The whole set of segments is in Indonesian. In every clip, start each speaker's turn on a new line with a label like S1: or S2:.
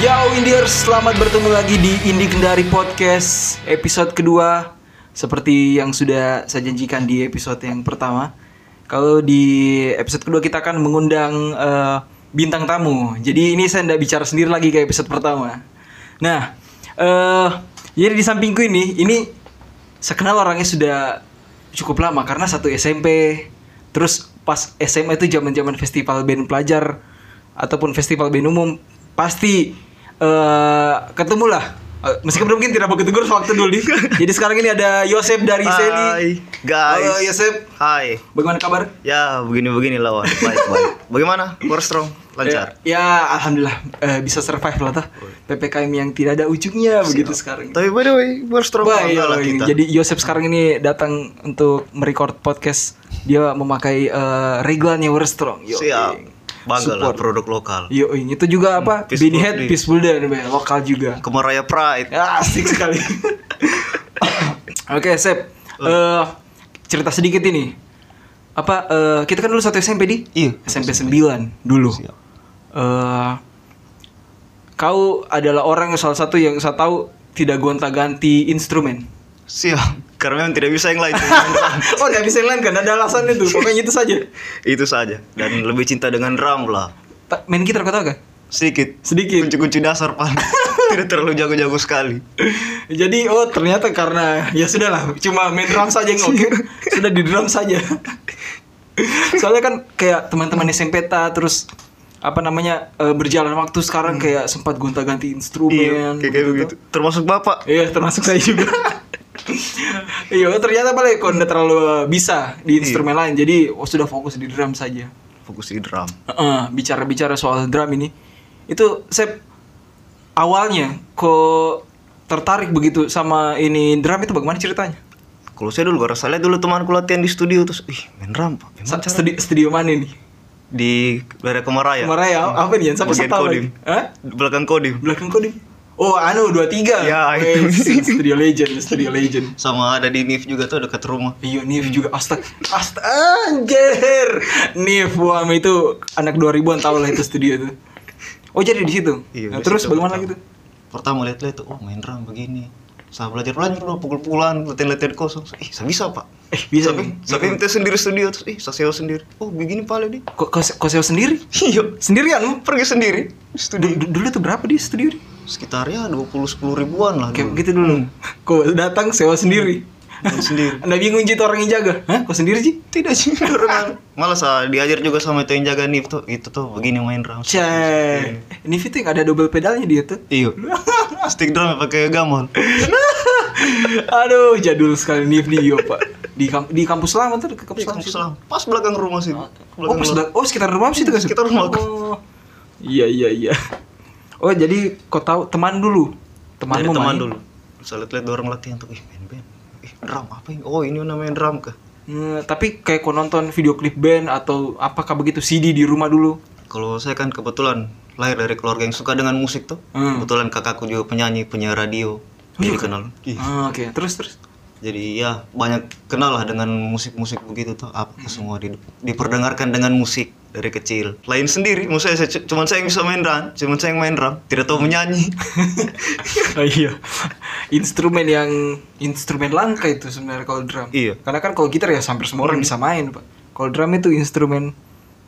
S1: Halo Indiers, selamat bertemu lagi di Indi Kendari Podcast episode kedua Seperti yang sudah saya janjikan di episode yang pertama Kalau di episode kedua kita akan mengundang eh, bintang tamu Jadi ini saya tidak bicara sendiri lagi kayak episode pertama Nah, eh jadi di sampingku ini, ini saya kenal orangnya sudah cukup lama Karena satu SMP Terus pas SMA itu zaman zaman festival band pelajar Ataupun festival band umum pasti eh ketemu lah. Eh, meskipun mungkin tidak begitu gur waktu dulu nih. Jadi sekarang ini ada Yosep dari
S2: Hai
S1: Seli.
S2: guys.
S1: Halo Yosep,
S2: Hai.
S1: bagaimana kabar?
S2: Ya begini-begini lawan. Baik baik. Bagaimana? Core strong, lancar.
S1: Ya, ya, alhamdulillah eh, bisa survive lah toh. PPKM yang tidak ada ujungnya begitu sekarang.
S2: Tapi by the way, core strong
S1: Wah, iya,
S2: bangga lah
S1: iya.
S2: kita.
S1: Jadi Yosep sekarang ini datang untuk merecord podcast. Dia memakai eh, reglannya We're Strong. Yo,
S2: siap.
S1: ing.
S2: Bangga lah Hmm,
S1: Support. Iya.
S2: produk lokal.
S1: Yo, ing. itu juga apa?
S2: Peace
S1: Benny Head,
S2: Builder.
S1: Peace Builder, lokal juga.
S2: Kemaraya Pride.
S1: Ya, asik sekali. Oke, Sep. Eh, cerita sedikit ini. Apa eh, kita kan dulu satu SMP di?
S2: Iya.
S1: SMP 9 dulu. Eh, kau adalah orang yang salah satu yang saya tahu tidak gonta-ganti instrumen.
S2: Siap. Karena memang tidak bisa yang lain.
S1: oh, nggak bisa yang lain kan? Ada alasannya tuh. Pokoknya itu saja.
S2: Itu saja. Dan lebih cinta dengan drum lah.
S1: Ta- Main gitar kau tahu kan?
S2: Sedikit.
S1: Sedikit.
S2: Kunci-kunci dasar pan. tidak terlalu jago-jago sekali.
S1: Jadi oh ternyata karena ya sudahlah cuma main drum saja yang oke sudah di drum saja. Soalnya kan kayak teman-teman SMP ta terus apa namanya eh, berjalan waktu sekarang kayak sempat gonta-ganti
S2: Hmm. Iya.
S1: instrumen
S2: Kayak kayak begitu. Termasuk bapak.
S1: Iya termasuk saya juga. Iya ternyata balik kok nggak terlalu eh, bisa di
S2: Iya.
S1: instrumen lain jadi oh, sudah fokus di drum saja.
S2: Fokus di drum.
S1: Heeh, bicara-bicara soal drum ini itu saya awalnya kok tertarik begitu sama ini drum itu bagaimana ceritanya
S2: Kalau saya dulu, karena saya lihat dulu temanku latihan di studio terus, ih main drum, Pak. Gimana
S1: Sa-
S2: cara?"
S1: studi- studio mana ini
S2: di daerah Kemaraya.
S1: kemarin ya apa nih yang sampai
S2: Bagian
S1: setahun
S2: kodim.
S1: lagi Hah?
S2: Belakang kodim.
S1: belakang kodim oh anu 23
S2: Ya,
S1: Weh,
S2: itu.
S1: studio legend studio legend
S2: Sama ada di NIF juga tuh dekat rumah.
S1: Iya, Nif juga astag, astag, anjir. Nif, wah itu anak 2000-an tau lah itu studio itu. Oh, jadi di situ.
S2: Iya,
S1: Nah,
S2: di
S1: terus
S2: situ
S1: bagaimana
S2: pertama.
S1: lagi tuh?
S2: Pertama lihat-lihat tuh, oh main drum begini. Saya belajar belajar dulu pukul-pukulan, latihan-latihan kosong. Ih, saya bisa pak.
S1: Eh, bisa nih.
S2: Tapi, tapi minta sendiri studio terus, ih saya sewa sendiri. Oh begini paling deh.
S1: Kok kok- kok sewa sendiri?
S2: Iya,
S1: Sendirian lu?
S2: pergi sendiri.
S1: Du-
S2: Studio
S1: du- dulu tuh berapa di studio? Di?
S2: sekitarnya dua puluh sepuluh ribuan lah.
S1: Kayak
S2: dulu.
S1: gitu dulu. Kok datang sewa sendiri?
S2: Main sendiri.
S1: Anda bingung Ji, itu orang yang jaga? Hah? Kok sendiri sih?
S2: Tidak sih, dorongan. Malah saya diajar juga sama itu yang jaga NIF tuh. Itu tuh begini main drum.
S1: Cek. Ini fit yang ada double pedalnya dia tuh.
S2: Iya. Stick drum ya, pakai gamon.
S1: Aduh, jadul sekali Nif di yo, Pak. Di, kamp- di kampus lama tuh, ke kampus lama.
S2: Kampus Lama. Pas belakang rumah sih.
S1: Oh, pas
S2: belakang.
S1: bela- oh, sekitar rumah situ kan? Sip?
S2: Sekitar rumah aku.
S1: Oh. Iya, iya, iya. Oh, jadi kau tahu teman dulu.
S2: Teman,
S1: Temanmu
S2: ya? teman
S1: main.
S2: dulu. Bisa lihat-lihat orang latihan tuh. Ih, main band. Ih, drum apa ini? Oh, ini namanya drum kah?
S1: Eh, tapi kayak kau nonton video klip band atau apakah begitu CD di rumah dulu?
S2: Kalau saya kan kebetulan lahir dari keluarga yang suka dengan musik tuh.
S1: Hmm. Oh,
S2: Kebetulan kakakku juga penyanyi, penyiar radio. Jadi kenal. Ih.
S1: Ah, Oke, terus terus.
S2: Jadi ya banyak kenal lah dengan musik-musik begitu tuh. Apa
S1: Hmm.
S2: semua di- diperdengarkan dengan musik dari kecil. Lain sendiri, maksudnya saya, cu- cuman saya yang bisa main drum, cuman saya yang main drum, tidak tahu menyanyi.
S1: Ah, iya. Instrumen yang instrumen langka itu sebenarnya kalau drum.
S2: Iya. Hmm.
S1: Karena kan kalau gitar ya hampir semua orang bisa main, Pak. Kalau drum itu instrumen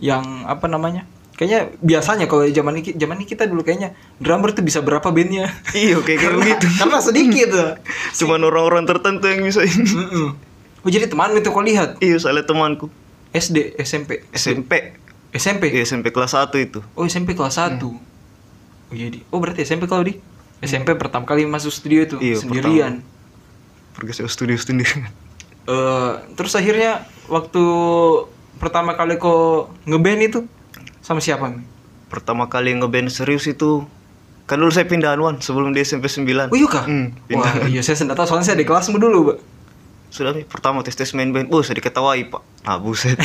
S1: yang apa namanya? Kayaknya biasanya kalau zaman ini zaman ini kita dulu kayaknya drummer tuh bisa berapa bandnya?
S2: iya, kayak kayak
S1: Karena-
S2: begitu.
S1: Karena sedikit tuh.
S2: Cuman orang-orang tertentu yang bisa ini.
S1: Mm-mm. Oh jadi teman itu kau lihat
S2: Iya, saya lihat temanku
S1: SD, SMP,
S2: SMP.
S1: SMP.
S2: Iya, SMP kelas 1 itu.
S1: Oh SMP kelas
S2: Hmm.
S1: 1 Oh iya di. Oh berarti SMP kalau di SMP pertama kali masuk studio itu
S2: Iya,
S1: sendirian.
S2: Pergi saya studio sendiri.
S1: Eh, terus akhirnya waktu pertama kali kok ngeband itu sama siapa? Mi?
S2: Pertama kali ngeband serius itu kan dulu saya pindahan Wan sebelum di SMP 9.
S1: Oh Yuka?
S2: Hmm,
S1: Wah
S2: pindah.
S1: iya saya sendat tahu, soalnya saya di kelasmu dulu pak.
S2: Sudah nih pertama tes tes main band. Oh, saya diketawai, Pak. Ah, buset.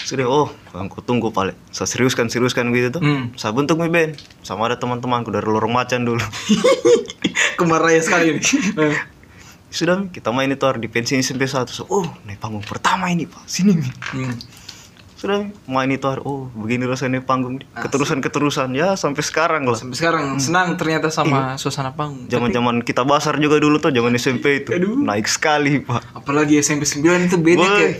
S2: Sudah, oh, aku tunggu paling. Saya seriuskan, seriuskan gitu tuh.
S1: Hmm.
S2: Saya bentuk mi band sama ada teman-temanku dari lorong macan dulu.
S1: Kemaraya sekali ini. Eh,
S2: Sudah, Mi, kita main itu hari di pensi SMP 1. So, oh, naik panggung pertama ini, Pak. Sini, Mi.
S1: hmm.
S2: sudah main itu har- oh begini rasanya panggung keterusan keterusan ya sampai sekarang lah
S1: Sampai
S2: Hmm.
S1: sekarang senang ternyata
S2: Iya.
S1: sama suasana panggung.
S2: zaman zaman kita basar juga dulu tuh zaman SMP itu naik sekali pak
S1: Apalagi SMP 9 itu beda
S2: Woi. Iya,
S1: kayak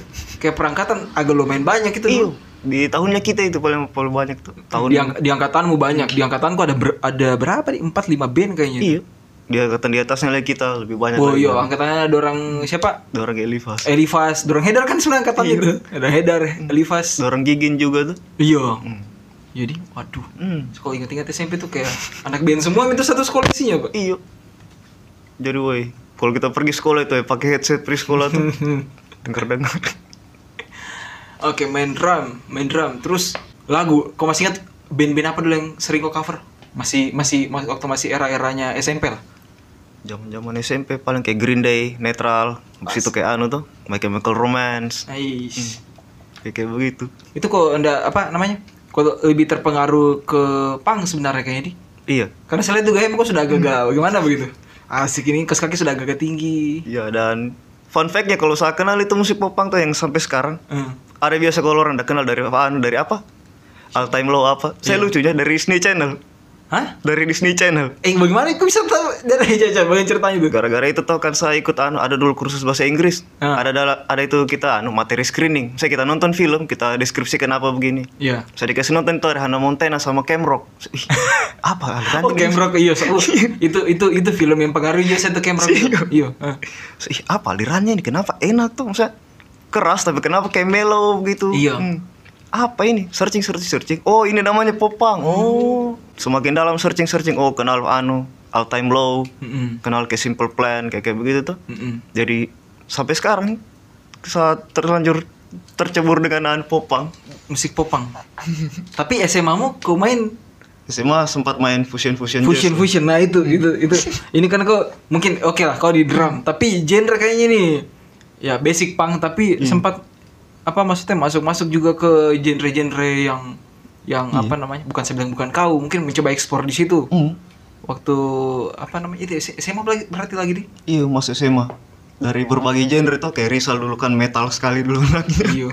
S1: kayak perangkatan agak lumayan banyak itu.
S2: iyo
S1: dulu.
S2: di tahunnya kita itu paling paling banyak tuh tahun
S1: Di, ang- di angkatanmu banyak. Di angkatanku ada ber- ada berapa nih? 4 5 band kayaknya.
S2: iyo dia angkatan iya. di atasnya lagi kita lebih banyak
S1: Oh
S2: lagi
S1: iya, angkatannya Iya, ada orang siapa?
S2: dorong Elifas
S1: Elifas, dorong Hedar kan sebenarnya angkatannya itu. Ada Hmm. Hedar, Elifas.
S2: dorong Gigin juga tuh
S1: Iya. Jadi, waduh.
S2: hmm.
S1: Kalau ingat-ingat SMP tuh kayak anak band semua itu satu sekolah isinya, Pak.
S2: iyo iya. jadi woi kalau kita pergi sekolah itu ya pakai headset pergi sekolah tuh denger dengar
S1: Oke, main drum, main drum. Terus lagu, kau masih ingat band-band apa dulu yang sering kau cover? Masih masih mas- waktu masih era-eranya SMP lah.
S2: zaman zaman SMP paling kayak Green Day netral habis itu kayak anu tuh My Chemical Romance
S1: Nice.
S2: kayak kayak begitu
S1: Hmm. Itu kok anda apa namanya? Kalau lebih terpengaruh ke punk sebenarnya kayaknya di.
S2: iya
S1: Karena selain itu gaya "Eh, kok sudah agak gimana begitu? Asik ini kaus kaki sudah agak tinggi.
S2: iya dan fun fact-nya kalau saya kenal itu musik popang tuh yang sampai sekarang
S1: Eh.
S2: ada biasa kalau orang udah kenal dari apaan dari apa all time low apa
S1: Iya.
S2: saya lucunya dari Disney Channel
S1: Hah?
S2: dari Disney Channel
S1: Eh bagaimana kok bisa tahu dari jajan bagian ceritanya itu?
S2: gara-gara itu tau kan saya ikut anu ada dulu kursus bahasa Inggris
S1: Ah.
S2: ada ada ada itu kita anu materi screening saya kita nonton film kita deskripsi kenapa begini
S1: Iya.
S2: saya dikasih nonton itu ada Hannah Montana sama Cam Rock Ih, apa kan
S1: Oh, Camp Rock iya. so- oh, itu itu itu film yang pengaruh iya saya tuh Camp Rock. itu. Iya. eh.
S2: Ih, apa alirannya ini kenapa enak tuh maksudnya keras tapi kenapa kayak mellow gitu
S1: Iya.
S2: Hmm. apa ini searching searching searching oh ini namanya popang oh semakin dalam searching searching oh kenal anu all time low
S1: Mm-mm.
S2: kenal kayak simple plan kayak kayak begitu tuh
S1: Mm-mm.
S2: jadi sampai sekarang saat terlanjur tercebur dengan anu popang
S1: Musik popang. Tapi SMA mu kau main
S2: SMA sempat main fusion fusion
S1: fusion fusion. Nah, itu
S2: Hmm.
S1: itu itu. Ini kan kau mungkin oke lah kau di drum, tapi genre kayaknya nih ya basic punk tapi
S2: Hmm.
S1: sempat apa maksudnya masuk-masuk juga ke genre-genre yang yang
S2: Hmm.
S1: apa namanya? Bukan saya bilang bukan kau, mungkin mencoba ekspor di situ. waktu apa namanya itu ya, S- SMA lagi berarti lagi di
S2: iya mas SMA dari berbagai genre tuh kayak Rizal dulu kan metal sekali dulu anaknya
S1: Iyo Iya.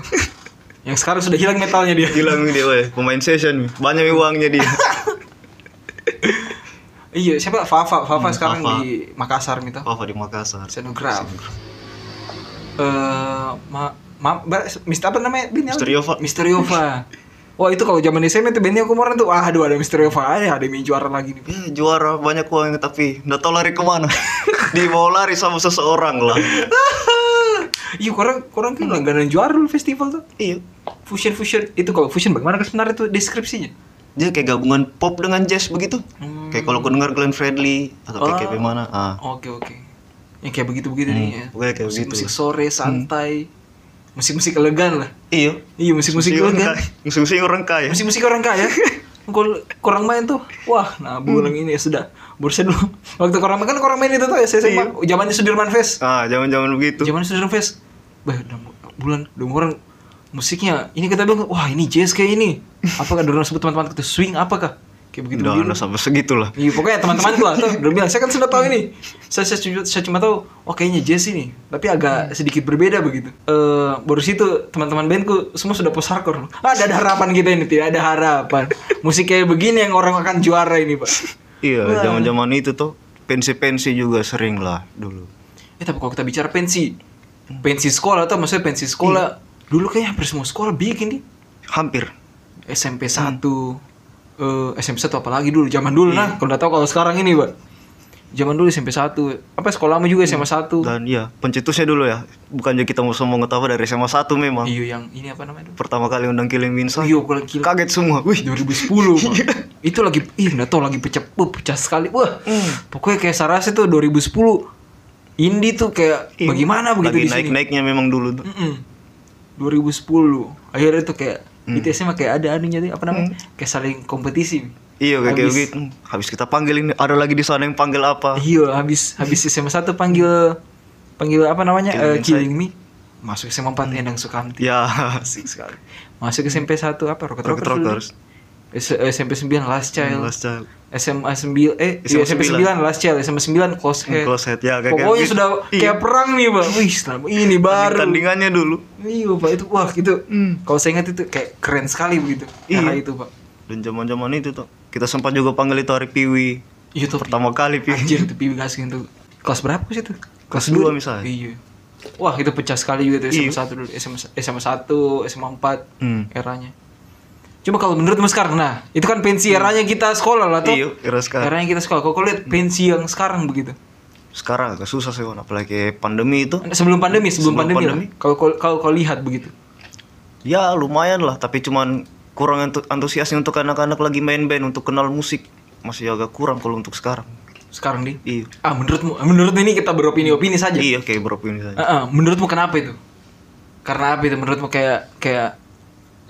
S1: yang sekarang sudah hilang metalnya dia
S2: hilang dia weh pemain session banyak uangnya dia
S1: iya siapa Fafa Fafa sekarang
S2: Hmm, Fafa.
S1: di Makassar gitu
S2: apa di Makassar
S1: scenograph eh ma ma ber- Mister apa namanya bandnya lagi?
S2: Misteriova.
S1: Misteriova Wah itu kalau zaman SMA tuh bandnya aku tuh Wah aduh ada Misteriova ada ada yang juara lagi nih
S2: ya, juara banyak uang tapi nggak tahu lari kemana dibawa lari sama seseorang lah
S1: Iya korang korang kan langganan juara dulu festival tuh
S2: iya
S1: Fusion fusion itu kalau fusion bagaimana kan sebenarnya tuh deskripsinya
S2: dia kayak gabungan pop dengan jazz begitu
S1: Hmm.
S2: kayak kalau aku dengar Glenn Fredly atau kayak kayak gimana ah
S1: Oke oke. Yang kayak begitu begitu nih ya.
S2: pokoknya kayak
S1: musik,
S2: begitu.
S1: musik sore santai. Musik-musik elegan lah.
S2: iya
S1: Iya musik-musik
S2: orang
S1: elegan.
S2: kaya Eh, musik orang kaya
S1: Musik-musik orang kaya. Kol- korang main tuh. Wah, nah bulan ini ya sudah. Bursa dulu. Waktu korang main kan korang main itu tuh ya saya sama zamannya Sudirman Fest.
S2: ah zaman zaman begitu
S1: Zaman Sudirman Fest. Bah, udah mu- bulan dong orang musiknya ini kita bilang wah ini jazz kayak ini apakah dorong sebut teman-teman kita swing apakah kayak begitu
S2: udah udah sampai segitulah
S1: Iya pokoknya teman-teman lah tuh udah bilang saya kan sudah tahu ini. Saya saya, cuma- saya cuma tahu oh kayaknya Jazz ini, tapi agak sedikit berbeda begitu. Eh baru situ teman-teman bandku semua sudah post hardcore. Ah, ada, ada harapan kita ini tidak ada harapan. Musik kayak begini yang orang akan juara ini pak.
S2: iya zaman zaman itu tuh pensi pensi juga sering lah dulu
S1: Eh tapi kalau kita bicara pensi, pensi sekolah atau maksudnya pensi sekolah dulu kayaknya hampir semua sekolah bikin di
S2: hampir
S1: SMP 1 eh, SMP 1 apalagi dulu zaman dulu nah kalau udah tahu kalau sekarang ini pak zaman dulu SMP 1 apa sekolahmu juga SMA 1
S2: dan iya pencetusnya dulu ya bukannya kita mau sombong ketawa dari SMA 1 memang
S1: Iyo Iya, yang ini apa namanya? dulu?
S2: pertama kali undang Killing Winsor
S1: Iyo kalau iya, gila
S2: kaget semua wih
S1: 2010 Bang. itu lagi ih nggak tahu lagi pecah puh, pecah sekali wah pokoknya kayak Sarasi tuh 2010 indie tuh kayak bagaimana begitu di
S2: iya. lagi
S1: sini Hmm.
S2: naik-naiknya memang dulu tuh
S1: Mm-mm. 2010 akhirnya tuh kayak itu SMA kayak ada anunya tuh apa namanya kayak saling kompetisi
S2: Iya kayak
S1: Habis.
S2: kayak gitu. Habis kita panggilin ada lagi di sana yang panggil apa?
S1: Iya, habis habis SMA 1 panggil panggil apa namanya? eh,
S2: Killing
S1: Killing, Hmm. Me. Masuk SMA 4 Endang Sukamti.
S2: Ya.
S1: Asik sekali. Masuk SMP 1 apa? Iya. Rocket
S2: Rocket
S1: Rockers. Hmm. dulu.
S2: Rockers.
S1: S- SMP 9 Last Child,
S2: Last Child.
S1: SMA 9 eh iya,
S2: SMA
S1: SMP 9 Last Child, SMA 9 Close Head.
S2: Close Head, ya, kayak-
S1: Pokoknya
S2: kayak
S1: sudah
S2: gitu.
S1: kayak perang nih, Pak. Wih, selama ini baru.
S2: Tandingannya dulu.
S1: Iya, Pak, itu wah gitu. Kalau saya ingat itu kayak keren sekali begitu. Iya.
S2: Iya.
S1: itu, Pak.
S2: Dan zaman-zaman itu tuh kita sempat juga panggil itu hari Piwi.
S1: Iya tuh.
S2: Pertama kali Piwi.
S1: Anjir tuh pipi gaskin tuh. Kelas berapa sih itu?
S2: Kelas
S1: dua.
S2: dua misalnya.
S1: Iya. Wah, itu pecah sekali juga tuh SMA
S2: Iya.
S1: 1 dulu, SMA SMA 1, SMA 4
S2: Hmm.
S1: eranya. Cuma kalau menurut Mas sekarang, nah itu kan pensi eranya kita sekolah lah tuh.
S2: Iya, era sekarang.
S1: Eranya kita sekolah. Kok kau lihat pensi yang sekarang begitu?
S2: Sekarang agak susah sih, Wan, apalagi pandemi itu.
S1: Sebelum pandemi, sebelum,
S2: Sebelum
S1: pandemi,
S2: pandemi.
S1: lah. Kalau kau- kalau kau lihat begitu.
S2: Ya lumayan lah, tapi cuman kurang entu- antusiasnya untuk anak-anak lagi main band untuk kenal musik masih agak kurang kalau untuk sekarang.
S1: Sekarang di.
S2: Iya.
S1: Ah, menurutmu menurut ini kita beropini-opini saja.
S2: Iya, kayak beropini
S1: Ah,
S2: saja.
S1: ah, menurutmu kenapa itu? Karena apa itu? Menurutmu kayak kayak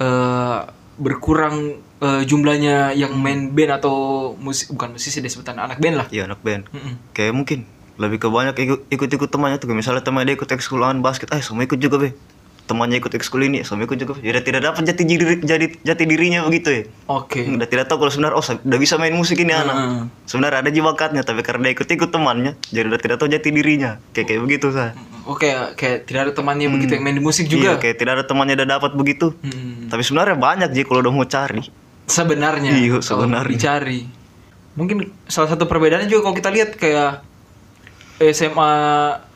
S1: eh, berkurang eh, jumlahnya yang main band atau musik bukan musisi deh sebutan anak band lah.
S2: Iya, anak band.
S1: Mm-mm.
S2: Kayak mungkin lebih ke banyak ikut- ikut-ikut temannya tuh. Kayak Misalnya temannya dia ikut ekskul lawan basket, eh semua ikut juga, Be. Temannya ikut ekskul ini, semua ikut juga. Be. Jadi tidak dapat jati diri jadi jati dirinya begitu ya.
S1: Oke. Ah.
S2: Udah tidak tahu kalau sebenarnya oh sa- udah bisa main musik ini anak.
S1: Heeh.
S2: Sebenarnya ada jiwa bakatnya, tapi karena dia ikut-ikut temannya, jadi udah tidak tahu jati dirinya. Kayak kayak begitu saya.
S1: Oke, Oh, kayak tidak ada temannya begitu yang main di musik
S2: Iya,
S1: juga.
S2: kayak tidak ada temannya udah dapat begitu.
S1: Hmm,
S2: Tapi sebenarnya banyak sih kalau udah mau cari.
S1: sebenarnya
S2: Iya,
S1: kalau
S2: sebenarnya.
S1: dicari. Mungkin salah satu perbedaannya juga kalau kita lihat kayak SMA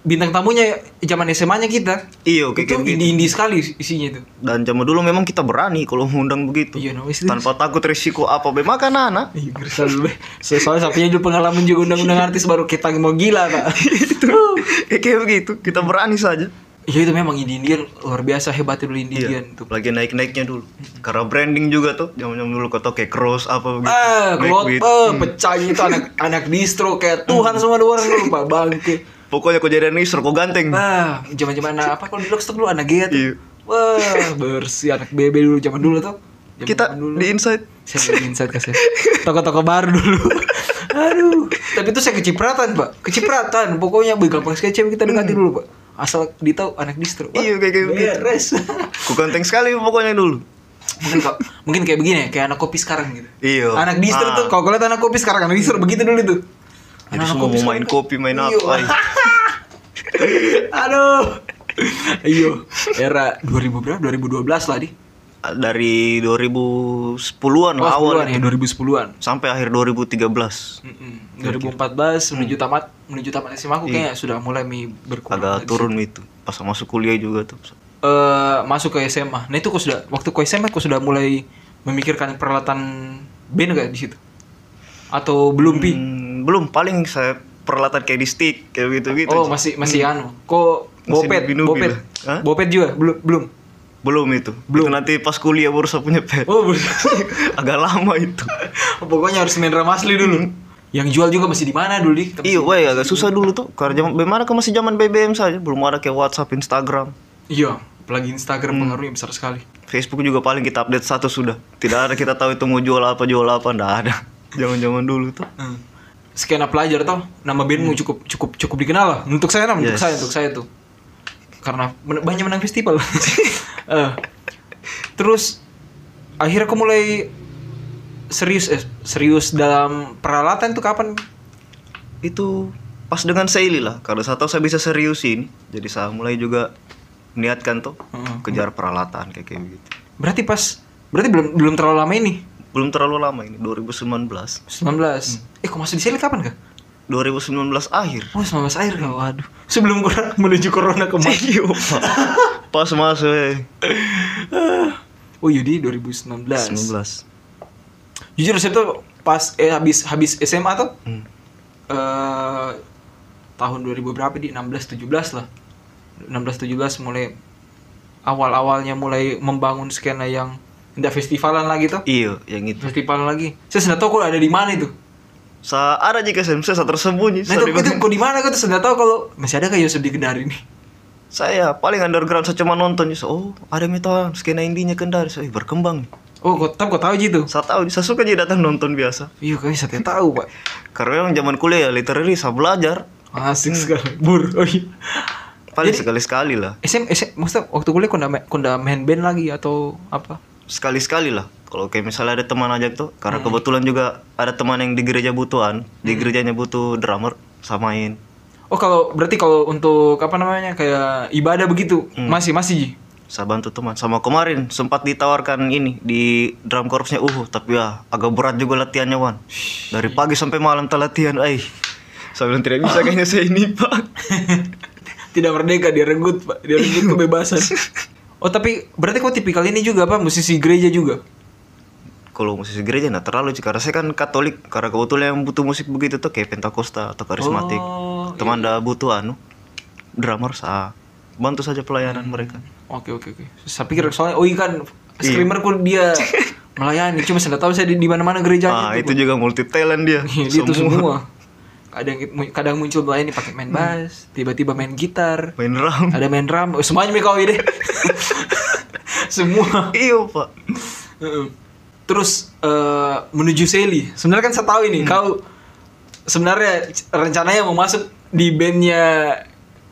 S1: bintang tamunya zaman SMA-nya kita.
S2: Iya, kayak
S1: itu
S2: kayak begitu.
S1: indie-indie sekali isinya itu.
S2: Dan zaman dulu memang kita berani kalau mengundang begitu.
S1: Iya, no, it's-
S2: Tanpa takut risiko apa be makan anak.
S1: Iya, gersel be. So, soalnya sapinya dulu pengalaman juga undang-undang artis baru kita mau gila, Pak.
S2: Itu. Ya, kayak kayak begitu,
S1: Hmm.
S2: kita berani saja. Iya.
S1: Iya itu memang Indian luar biasa hebatnya dulu Indian tuh.
S2: Lagi naik-naiknya dulu.
S1: Hmm.
S2: Karena branding juga tuh, zaman-zaman dulu kata kayak cross apa begitu.
S1: Ah, kelot,
S2: Backbeat.
S1: eh, pecahnya itu anak anak distro kayak Tuhan
S2: Hmm.
S1: semua dua orang dulu, Pak. Bangke.
S2: Pokoknya kau jadi nisro, kau ganteng.
S1: Wah, zaman-zaman anak apa kalau di Lockstock dulu anak gaya tuh.
S2: Iya.
S1: Wah, bersih anak BB dulu zaman dulu tuh. Zaman
S2: kita di inside
S1: saya beli insight kasih toko-toko baru dulu aduh tapi itu saya kecipratan pak kecipratan pokoknya bih, gampang sekali cewek kita dekati dulu pak asal ditahu anak distro Wah,
S2: Hmm. Iya, kayak- kayak begitu.
S1: beres
S2: ku ganteng sekali pokoknya dulu
S1: mungkin kok mungkin kayak begini ya kayak anak kopi sekarang gitu
S2: Iya.
S1: anak distro
S2: Ah.
S1: tuh kalau kau lihat anak kopi sekarang anak distro begitu dulu tuh
S2: jadi semua mau main kopi main
S1: Iya.
S2: apa iya.
S1: aduh iyo era 2000 berapa 2012 lah di
S2: dari
S1: Oh,
S2: 2010-an lah
S1: 10-an
S2: awal
S1: ya 2010-an
S2: sampai akhir 2013
S1: Mm-mm. 2014 menuju tamat menuju tamat SMA aku kayaknya sudah mulai mi berkurang
S2: agak
S1: lagi.
S2: turun itu pas masuk kuliah juga tuh
S1: Eh, masuk ke SMA. Nah itu kok sudah waktu ke SMA kok sudah mulai memikirkan peralatan band gak di situ? Atau belum pi?
S2: Hmm, belum paling saya peralatan kayak di stick kayak gitu gitu
S1: oh masih masih anu. Kok
S2: Masih
S1: bopet
S2: nubi-nubi
S1: bopet
S2: lah. Hah?
S1: bopet juga belum belum.
S2: belum itu belum nanti pas kuliah baru saya punya pet
S1: Oh belum.
S2: agak lama itu
S1: Pokoknya harus main drum asli
S2: Hmm.
S1: dulu. Yang jual juga masih di mana dulu di?
S2: iya weh agak susah dulu tuh karena zaman bagaimana ke masih zaman BBM saja belum ada kayak WhatsApp Instagram
S1: Iya. Apalagi Instagram
S2: Hmm.
S1: pengaruhnya besar sekali.
S2: Facebook juga paling kita update satu sudah. Tidak ada kita tahu itu mau jual apa jual apa, ndak ada. Zaman-zaman dulu tuh.
S1: Hmm. Skena pelajar toh nama bandmu cukup cukup cukup dikenal lah untuk saya nah, untuk
S2: Yes.
S1: saya untuk saya tuh karena men- banyak menang festival Eh. terus akhirnya aku mulai serius eh, serius dalam peralatan tuh kapan
S2: Itu pas dengan Sally lah. Karena saya tahu saya bisa seriusin, jadi saya mulai juga niatkan tuh
S1: Heeh.
S2: kejar peralatan kayak kayak gitu.
S1: Hmm. berarti pas berarti belum belum terlalu lama ini
S2: Belum terlalu lama ini 2019.
S1: 19 eh kok masuk di sini kapan kah
S2: 2019 akhir.
S1: oh 19 akhir kah waduh sebelum corona menuju corona kemarin
S2: pas masuk eh.
S1: oh yudi 2019
S2: 19.
S1: jujur saya tuh pas eh, habis habis SMA tuh
S2: Hmm.
S1: eh tahun 2000 berapa di 16 17 lah 16 17 mulai awal-awalnya mulai membangun skena yang tidak festivalan lagi tuh
S2: Iya, yang itu.
S1: festivalan lagi saya sudah tahu kalau ada di mana itu
S2: Saya ada jika saya saya tersembunyi.
S1: nah itu,
S2: Saya di-
S1: itu kok di mana tuh sudah tahu kalau masih ada kayak Yusuf di Kendari nih
S2: saya paling underground saya cuma nonton so, oh ada metalan skena indinya kendari saya eh, berkembang nih.
S1: oh kok tapi kok tahu gitu
S2: saya tahu saya suka jadi datang nonton biasa
S1: iya kami saya tahu pak
S2: karena memang zaman kuliah ya literally saya belajar
S1: asik sekali bur oh iya
S2: paling sekali sekali lah
S1: SM, SM maksudnya waktu kuliah kunda, kunda main band lagi atau apa
S2: sekali-sekali lah kalau kayak misalnya ada teman aja tuh karena kebetulan juga ada teman yang di gereja butuhan di gerejanya butuh drummer samain
S1: Oh kalau berarti kalau untuk apa namanya kayak ibadah begitu masih masih Ji?
S2: saya bantu teman sama kemarin sempat ditawarkan ini di drum corpsnya uhu tapi ya agak berat juga latihannya wan dari pagi sampai malam tak latihan ay saya bilang tidak bisa kayaknya saya ini pak
S1: tidak merdeka dia renggut pak dia renggut kebebasan. Oh tapi berarti kok tipikal ini juga apa musisi gereja juga?
S2: kalau musisi gereja nggak terlalu sih karena saya kan Katolik karena kebetulan yang butuh musik begitu tuh kayak Pentakosta atau karismatik
S1: Oh,
S2: teman dah butuh anu drummer sa bantu saja pelayanan mereka
S1: Oke oke oke. Saya pikir soalnya oh iya kan screamer kok dia melayani cuma saya nggak tahu saya di, di mana-mana gerejanya.
S2: ah itu juga multi talent dia
S1: Iya, dia tuh gitu, semua. Hmm. Kadang kadang muncul melayani pakai main bass, tiba-tiba main gitar,
S2: main drum
S1: ada main drum, oh, semuanya mereka deh. semua.
S2: iya pak
S1: Heeh. Terus eh, menuju Sally. Sebenarnya kan saya tahu ini kau sebenarnya c- rencananya mau masuk di bandnya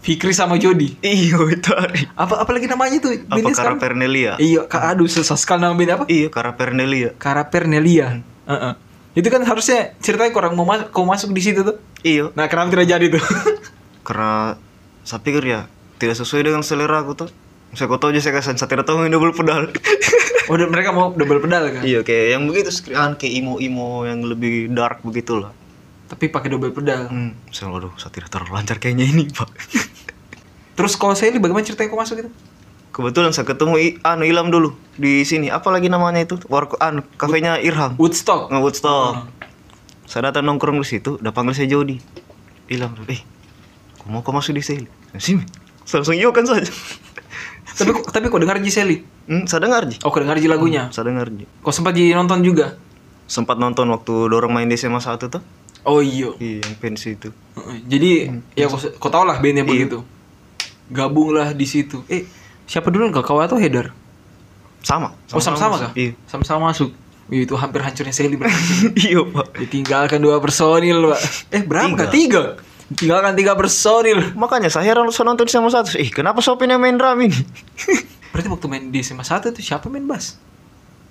S1: Fikri sama Jody.
S2: iya itu hari
S1: Apa apalagi namanya tuh
S2: apa ya?
S1: bandnya
S2: Cara
S1: sekarang?
S2: Pernelia
S1: Iya, Kak, aduh susah sekali nama band apa?
S2: iya Cara Pernelia
S1: Karapernelia. Heeh. Itu kan harusnya ceritanya kurang mau mas- kau masuk di situ tuh.
S2: iya
S1: Nah, kenapa tidak jadi tuh?
S2: karena saya pikir ya tidak sesuai dengan selera aku tuh saya kau tahu aja saya kesan saya tidak tahu main double pedal
S1: oh, dan mereka mau double pedal kan?
S2: iya kayak yang begitu sekalian kayak imo imo yang lebih dark begitulah
S1: Tapi pakai double pedal.
S2: Hmm, saya aduh, saya tidak terlalu lancar kayaknya ini, Pak.
S1: Terus kalau saya ini bagaimana ceritanya kok masuk itu?
S2: Hmm. Kebetulan saya ketemu I, anu Ilham dulu di sini. Apalagi namanya itu? Warko anu, kafenya Irham.
S1: Woodstock.
S2: Nge Woodstock.
S1: Hmm.
S2: Saya datang nongkrong di situ, udah panggil saya Jody. Ilham, "Eh, kok mau kau masuk di sini?" "Eh, Sini. Saya langsung iya kan saja.
S1: Tapi kok- tapi kok dengar Ji Sally?
S2: Hmm, saya dengar Ji.
S1: Oh, kok dengar Ji lagunya?
S2: Saya dengar Ji.
S1: Kok sempat Ji nonton juga?
S2: Sempat nonton waktu dorong main di SMA 1 tuh.
S1: Oh iya.
S2: Iya, yang pensi itu.
S1: Heeh. Jadi ya kok, kok tau lah bandnya begitu. Gabunglah di situ. Eh, siapa dulu nggak kau atau Heather?
S2: Sama.
S1: Oh sama-sama
S2: masuk.
S1: kah?
S2: Iya.
S1: Sama-sama masuk. Wih, itu hampir hancurnya Sally berarti.
S2: iya, Pak.
S1: Ditinggalkan dua personil, Pak. Eh, berapa? Tiga. tiga. Ditinggalkan tiga personil.
S2: Makanya saya heran saya nonton di SMA 1. Eh, kenapa Sopin yang main drum ini?
S1: Berarti waktu main di SMA 1 tuh siapa main bass?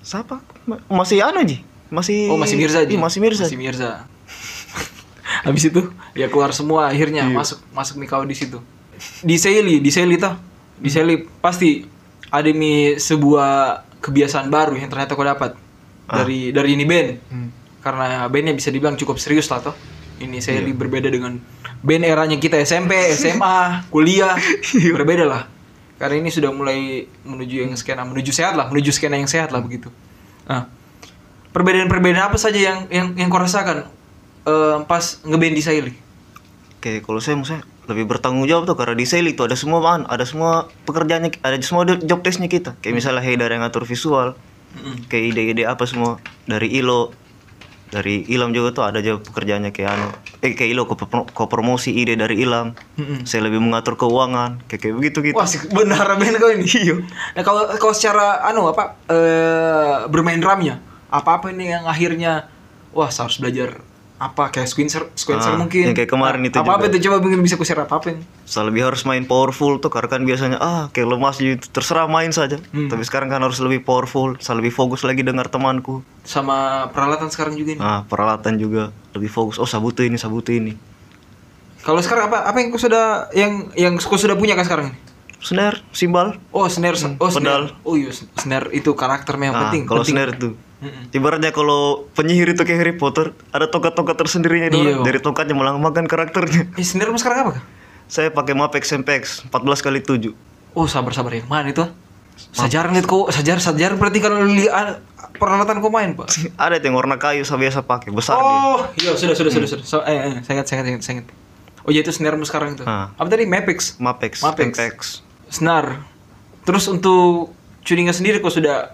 S2: Siapa? Ma- Masih anu Ji? Masih
S1: Oh, masih Mirza aja.
S2: Iya, masih Mirza.
S1: Masih Mirza. Habis itu ya keluar semua akhirnya masuk masuk Mikau di situ. Di Seli, di Seli toh. Di Seli pasti ada mi sebuah kebiasaan baru yang ternyata kau dapat dari dari ini band.
S2: Hmm.
S1: Karena bandnya bisa dibilang cukup serius lah toh. Ini Seli berbeda dengan band eranya kita SMP, SMA, kuliah. berbeda lah. Karena ini sudah mulai menuju yang skena menuju sehat lah, menuju skena yang sehat lah begitu. Nah, perbedaan-perbedaan apa saja yang yang yang kau rasakan eh, pas ngeband di Saili?
S2: Kayak kalau saya maksudnya lebih bertanggung jawab tuh karena di Seli tuh ada semua bahan, ada semua pekerjaannya, ada semua do- job testnya kita. Kayak misalnya Haidar yang ngatur visual, kayak ide-ide apa semua dari Ilo, dari Ilham juga tuh ada juga pekerjaannya kayak anu, eh kayak Ilo ke, ke promosi ide dari Ilham. Saya lebih mengatur keuangan, kayak kayak begitu gitu.
S1: Hmm. Wah, asik benar band kau ini.
S2: Iya.
S1: Nah, kalau kalau secara anu apa eh bermain drumnya, apa-apa ini yang akhirnya wah saya harus belajar apa kayak squincer squincer
S2: Ah,
S1: mungkin.
S2: yang kayak kemarin itu
S1: Apa apa itu coba mungkin bisa ku share apa-apa yang
S2: Saya lebih harus main powerful tuh karena kan biasanya ah kayak lemas gitu terserah main saja. Tapi sekarang kan harus lebih powerful, saya lebih fokus lagi dengar temanku.
S1: sama peralatan sekarang juga ini.
S2: Nah, peralatan juga lebih fokus. Oh, saya butuh ini, saya butuh ini.
S1: Kalau sekarang apa apa yang kau sudah yang yang kau sudah punya kan sekarang ini?
S2: Snare, simbal.
S1: Oh, snare, oh, snare. Oh, iya, snare itu karakter yang
S2: Nah,
S1: penting.
S2: Hmm, kalau
S1: penting.
S2: snare itu Ibaratnya kalau penyihir itu kayak Harry Potter, ada tongkat-tongkat tersendirinya itu.
S1: Iya.
S2: Dari tongkatnya melambangkan karakternya.
S1: Eh, snare lu sekarang apa? Kak?
S2: Saya pakai Mapex MPX 14 kali 7.
S1: Oh sabar-sabar yang mana itu? ah? Saya jarang lihat kok, sajar sajar berarti kalau lihat ah, peralatan kau main pak.
S2: ada itu yang warna kayu saya biasa pakai, besar dia. Hmm.
S1: Oh iya sudah sudah sudah sudah. So, eh, eh, saya ingat saya ingat saya ingat. Oh iya itu snare sekarang itu.
S2: Ah.
S1: Apa tadi Mapix?
S2: Mapex,
S1: Mapex.
S2: MPX.
S1: Snar. Terus untuk tuningnya sendiri kok sudah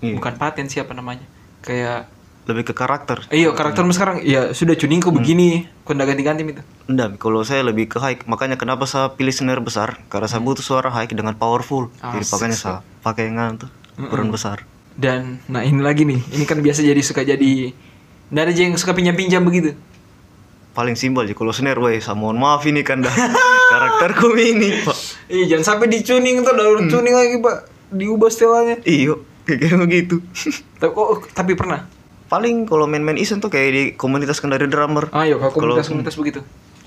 S2: Iya.
S1: bukan paten siapa namanya? Kayak
S2: Lebih ke karakter.
S1: eh, iya karaktermu sekarang ya sudah tuning
S2: Hmm.
S1: kok begini, kok nggak ganti-ganti itu.
S2: Enggak, kalau saya lebih ke high. Makanya kenapa saya pilih snare besar? Karena saya
S1: Hmm.
S2: butuh suara high dengan powerful.
S1: Ah,
S2: Jadi pakainya saya pakai yang anu tuh, ukuran besar.
S1: Dan nah ini lagi nih, ini kan biasa jadi suka jadi nggak ada aja yang suka pinjam-pinjam begitu.
S2: paling simbol sih kalau snare weh saya mohon maaf ini kan dah karakterku ini pak
S1: Hmm. Iya jangan sampai dicuning tuh daur tuning lagi pak diubah setelannya
S2: iyo kayak begitu
S1: Tapi oh, tapi pernah.
S2: paling kalau main-main iseng tuh kayak di komunitas kendari drummer
S1: Ayo Ah, iya, kalau
S2: Kalau-
S1: komunitas-komunitas begitu.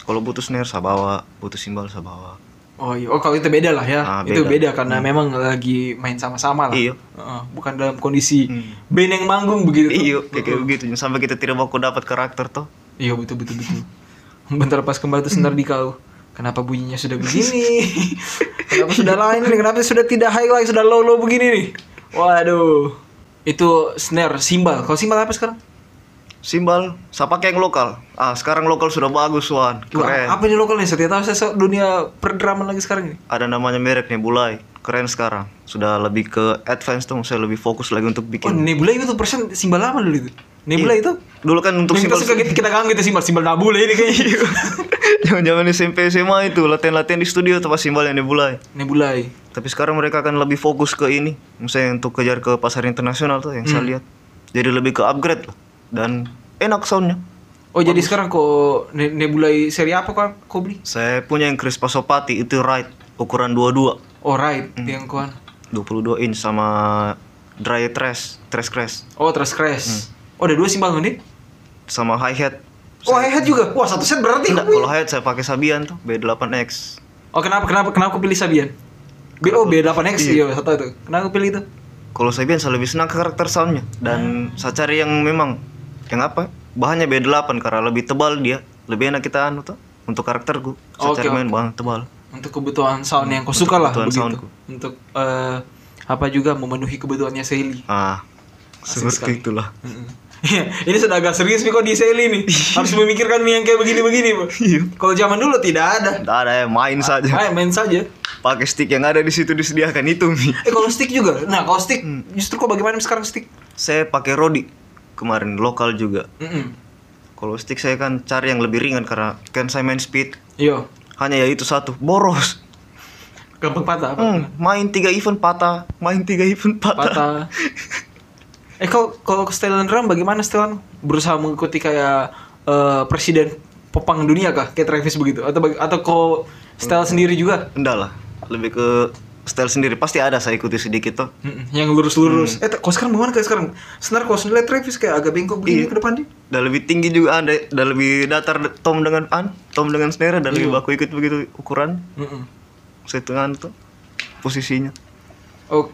S2: kalau butuh snare saya bawa butuh simbal saya bawa
S1: Oh iya, oh kalau itu beda lah ya.
S2: Ah,
S1: Itu beda
S2: beda.
S1: karena memang lagi main sama-sama lah.
S2: Iya.
S1: Heeh, bukan dalam kondisi
S2: Hmm.
S1: band yang manggung begitu. tuh.
S2: iya kayak begitu sampai kita tidak mau dapat karakter tuh
S1: Iya betul betul betul. Bentar pas kembali tuh
S2: Hmm.
S1: sebentar di kau. Kenapa bunyinya sudah begini? kenapa sudah lain nih? Kenapa sudah tidak high lagi sudah low low begini nih? Waduh. Itu snare, simbal. Kalau simbal apa sekarang?
S2: simbal saya pakai yang lokal ah sekarang lokal sudah bagus
S1: Wah,
S2: wan keren
S1: apa ini lokal nih? Saya tahu saya so- dunia perdraman lagi sekarang ini.
S2: ada namanya merek nih bulai keren sekarang sudah lebih ke advance tuh saya lebih fokus lagi
S1: Oh,
S2: untuk bikin
S1: Nebula itu persen simbal apa dulu itu? Nebula itu?
S2: dulu kan untuk
S1: Yang kita
S2: simbal
S1: suka gitu. kita, kita kangen kita simbal simbal Nebula ini kayaknya.
S2: zaman-zaman SMP SMA itu latihan-latihan di studio tuh pas simbal yang dibulai
S1: Nebula.
S2: tapi sekarang mereka akan lebih fokus ke ini misalnya untuk kejar ke pasar internasional tuh yang
S1: Hmm.
S2: saya lihat jadi lebih ke upgrade lah dan enak soundnya
S1: Oh, jadi sekarang kok Ne- Nebula seri apa kok kau beli?
S2: saya punya yang Chris Pasopati itu right ukuran 22
S1: Oh, right,
S2: Hmm.
S1: yang kuan.
S2: 22 inch sama dry trash trash crash
S1: Oh, terus crash.
S2: Hmm.
S1: Oh, ada dua simbal nih.
S2: sama hi hat
S1: Oh, hi-hat juga. Wah, satu set berarti.
S2: Enggak, kalau hi hat saya pakai Sabian tuh B8X
S1: Oh, kenapa kenapa kenapa kau pilih Sabian? B oh, B8X iya satu itu. Kenapa kau pilih itu?
S2: kalau Sabian saya lebih senang ke karakter soundnya dan
S1: Hmm.
S2: saya cari yang memang yang apa bahannya B8 karena lebih tebal dia lebih enak kita anu tuh untuk karakterku saya
S1: Oke,
S2: cari main bahan tebal
S1: Untuk kebutuhan sound yang kau suka lah
S2: Hmm, kebutuhan
S1: begitu.
S2: soundku.
S1: Untuk eh, apa juga memenuhi kebutuhannya Sally.
S2: ah seperti itulah
S1: Mm-mm. Iya, ini sudah agak serius nih kok di Sally nih. Harus memikirkan nih yang kayak begini-begini, Bu. Kalau zaman dulu tidak ada.
S2: tidak Iya. ada ya main saja
S1: Ayo main saja.
S2: pakai stick yang ada di situ disediakan itu Mi.
S1: Eh kalau stick juga. Nah, kalau stick
S2: Hmm.
S1: justru kok bagaimana sekarang stick?
S2: saya pakai Rodi kemarin lokal juga
S1: Mm-mm.
S2: kalau stick saya kan cari yang lebih ringan karena kan saya main speed
S1: Yo,
S2: hanya ya itu satu boros
S1: Iya. gampang patah apa?
S2: Hmm, main tiga event patah main tiga event patah,
S1: patah. eh kalau kalau ke setelan drum bagaimana setelan berusaha mengikuti kayak eh, presiden popang dunia kah kayak Travis begitu atau baga- atau kau setelan sendiri juga
S2: enggak lah lebih ke style sendiri pasti ada saya ikuti sedikit tuh
S1: Mm-mm, yang lurus-lurus eh t- kau sekarang bagaimana kayak sekarang senar kau sendiri Travis kayak agak bengkok begini ke depan nih
S2: dan lebih tinggi juga ada dan lebih datar de- tom dengan an tom dengan snare dan lebih baku ikut begitu ukuran
S1: Mm-mm.
S2: setungan anu tuh posisinya
S1: oh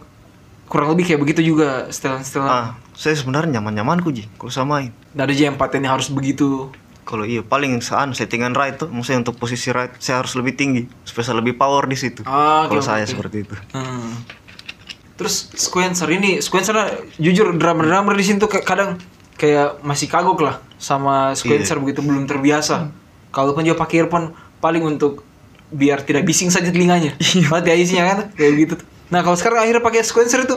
S1: kurang lebih kayak begitu juga setelan setelan
S2: ah saya sebenarnya nyaman nyamanku ji kalau saya main
S1: nah, ada aja yang patennya harus begitu
S2: kalau iya paling saan settingan right tuh maksudnya untuk posisi right saya harus lebih tinggi supaya saya lebih power di situ
S1: Ah, oke,
S2: kalau
S1: oke,
S2: saya
S1: oke.
S2: seperti itu
S1: Hmm. Terus Squencer ini, Squencer jujur drummer-drummer di sini tuh kayak- kadang kayak masih kagok lah sama Squencer begitu belum terbiasa. Kalaupun dia pakai earphone paling untuk biar tidak bising saja telinganya. Berarti isinya kan kayak gitu. tuh. Nah, kalau sekarang akhirnya pakai Squencer itu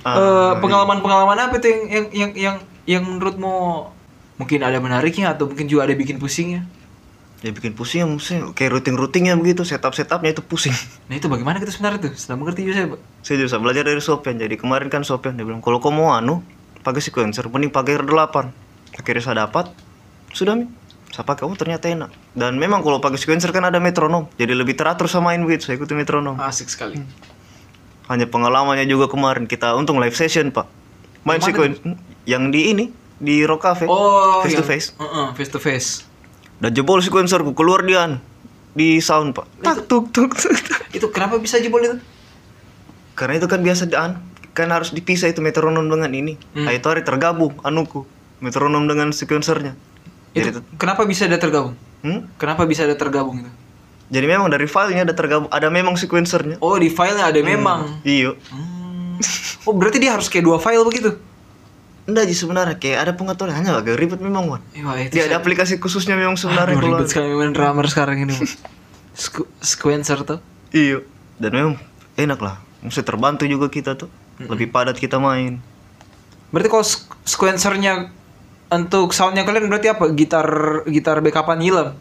S2: Ah,
S1: eh, pengalaman-pengalaman apa itu yang yang yang yang, yang menurutmu mungkin ada menariknya atau mungkin juga ada bikin pusingnya?
S2: ya bikin pusing maksudnya kayak routing routingnya begitu setup setupnya itu pusing
S1: Nah, itu bagaimana kita sebenarnya tuh? Sudah mengerti juga saya, Pak.
S2: saya juga bisa belajar dari Sofian jadi kemarin kan Sofian dia bilang kalau kau mau anu pakai sequencer mending pakai R8 akhirnya saya dapat sudah mi saya pakai oh ternyata enak dan memang kalau pakai sequencer kan ada metronom jadi lebih teratur sama main beat saya ikuti metronom
S1: Asik sekali.
S2: hanya pengalamannya juga kemarin kita untung live session pak main sequencer yang di ini di Rock Cafe
S1: Oh,
S2: face to
S1: yang-
S2: face
S1: Heeh, face to face.
S2: dan jebol sequencerku keluar dia anu, di sound pak tak tuk tuk tuk tuk.
S1: Itu kenapa bisa jebol itu?
S2: Karena itu kan biasa dan kan harus dipisah itu metronom dengan ini.
S1: Hmm.
S2: Nah, itu hari tergabung anuku metronom dengan sequencernya.
S1: Itu
S2: Jadi,
S1: kenapa bisa ada tergabung?
S2: hmm?
S1: Kenapa bisa ada tergabung itu?
S2: Jadi memang dari filenya ada tergabung, ada memang sequencernya.
S1: Oh, di filenya ada memang.
S2: Iya.
S1: Hmm. Oh, berarti dia harus kayak dua file begitu?
S2: Enggak sih sebenarnya kayak ada pengaturan hanya agak ribet memang Wan.
S1: Iya, itu
S2: Dia ada
S1: saya-
S2: aplikasi khususnya memang sebenarnya
S1: Aduh,
S2: kalau
S1: ribet sekali main drummer sekarang ini. Bang. Squ- Sequencer tuh.
S2: iya. Dan memang enak lah. Mesti terbantu juga kita tuh.
S1: Hmm.
S2: Lebih padat kita main.
S1: Berarti kalau squ- sequencernya untuk soundnya kalian berarti apa? Gitar gitar backupan hilang.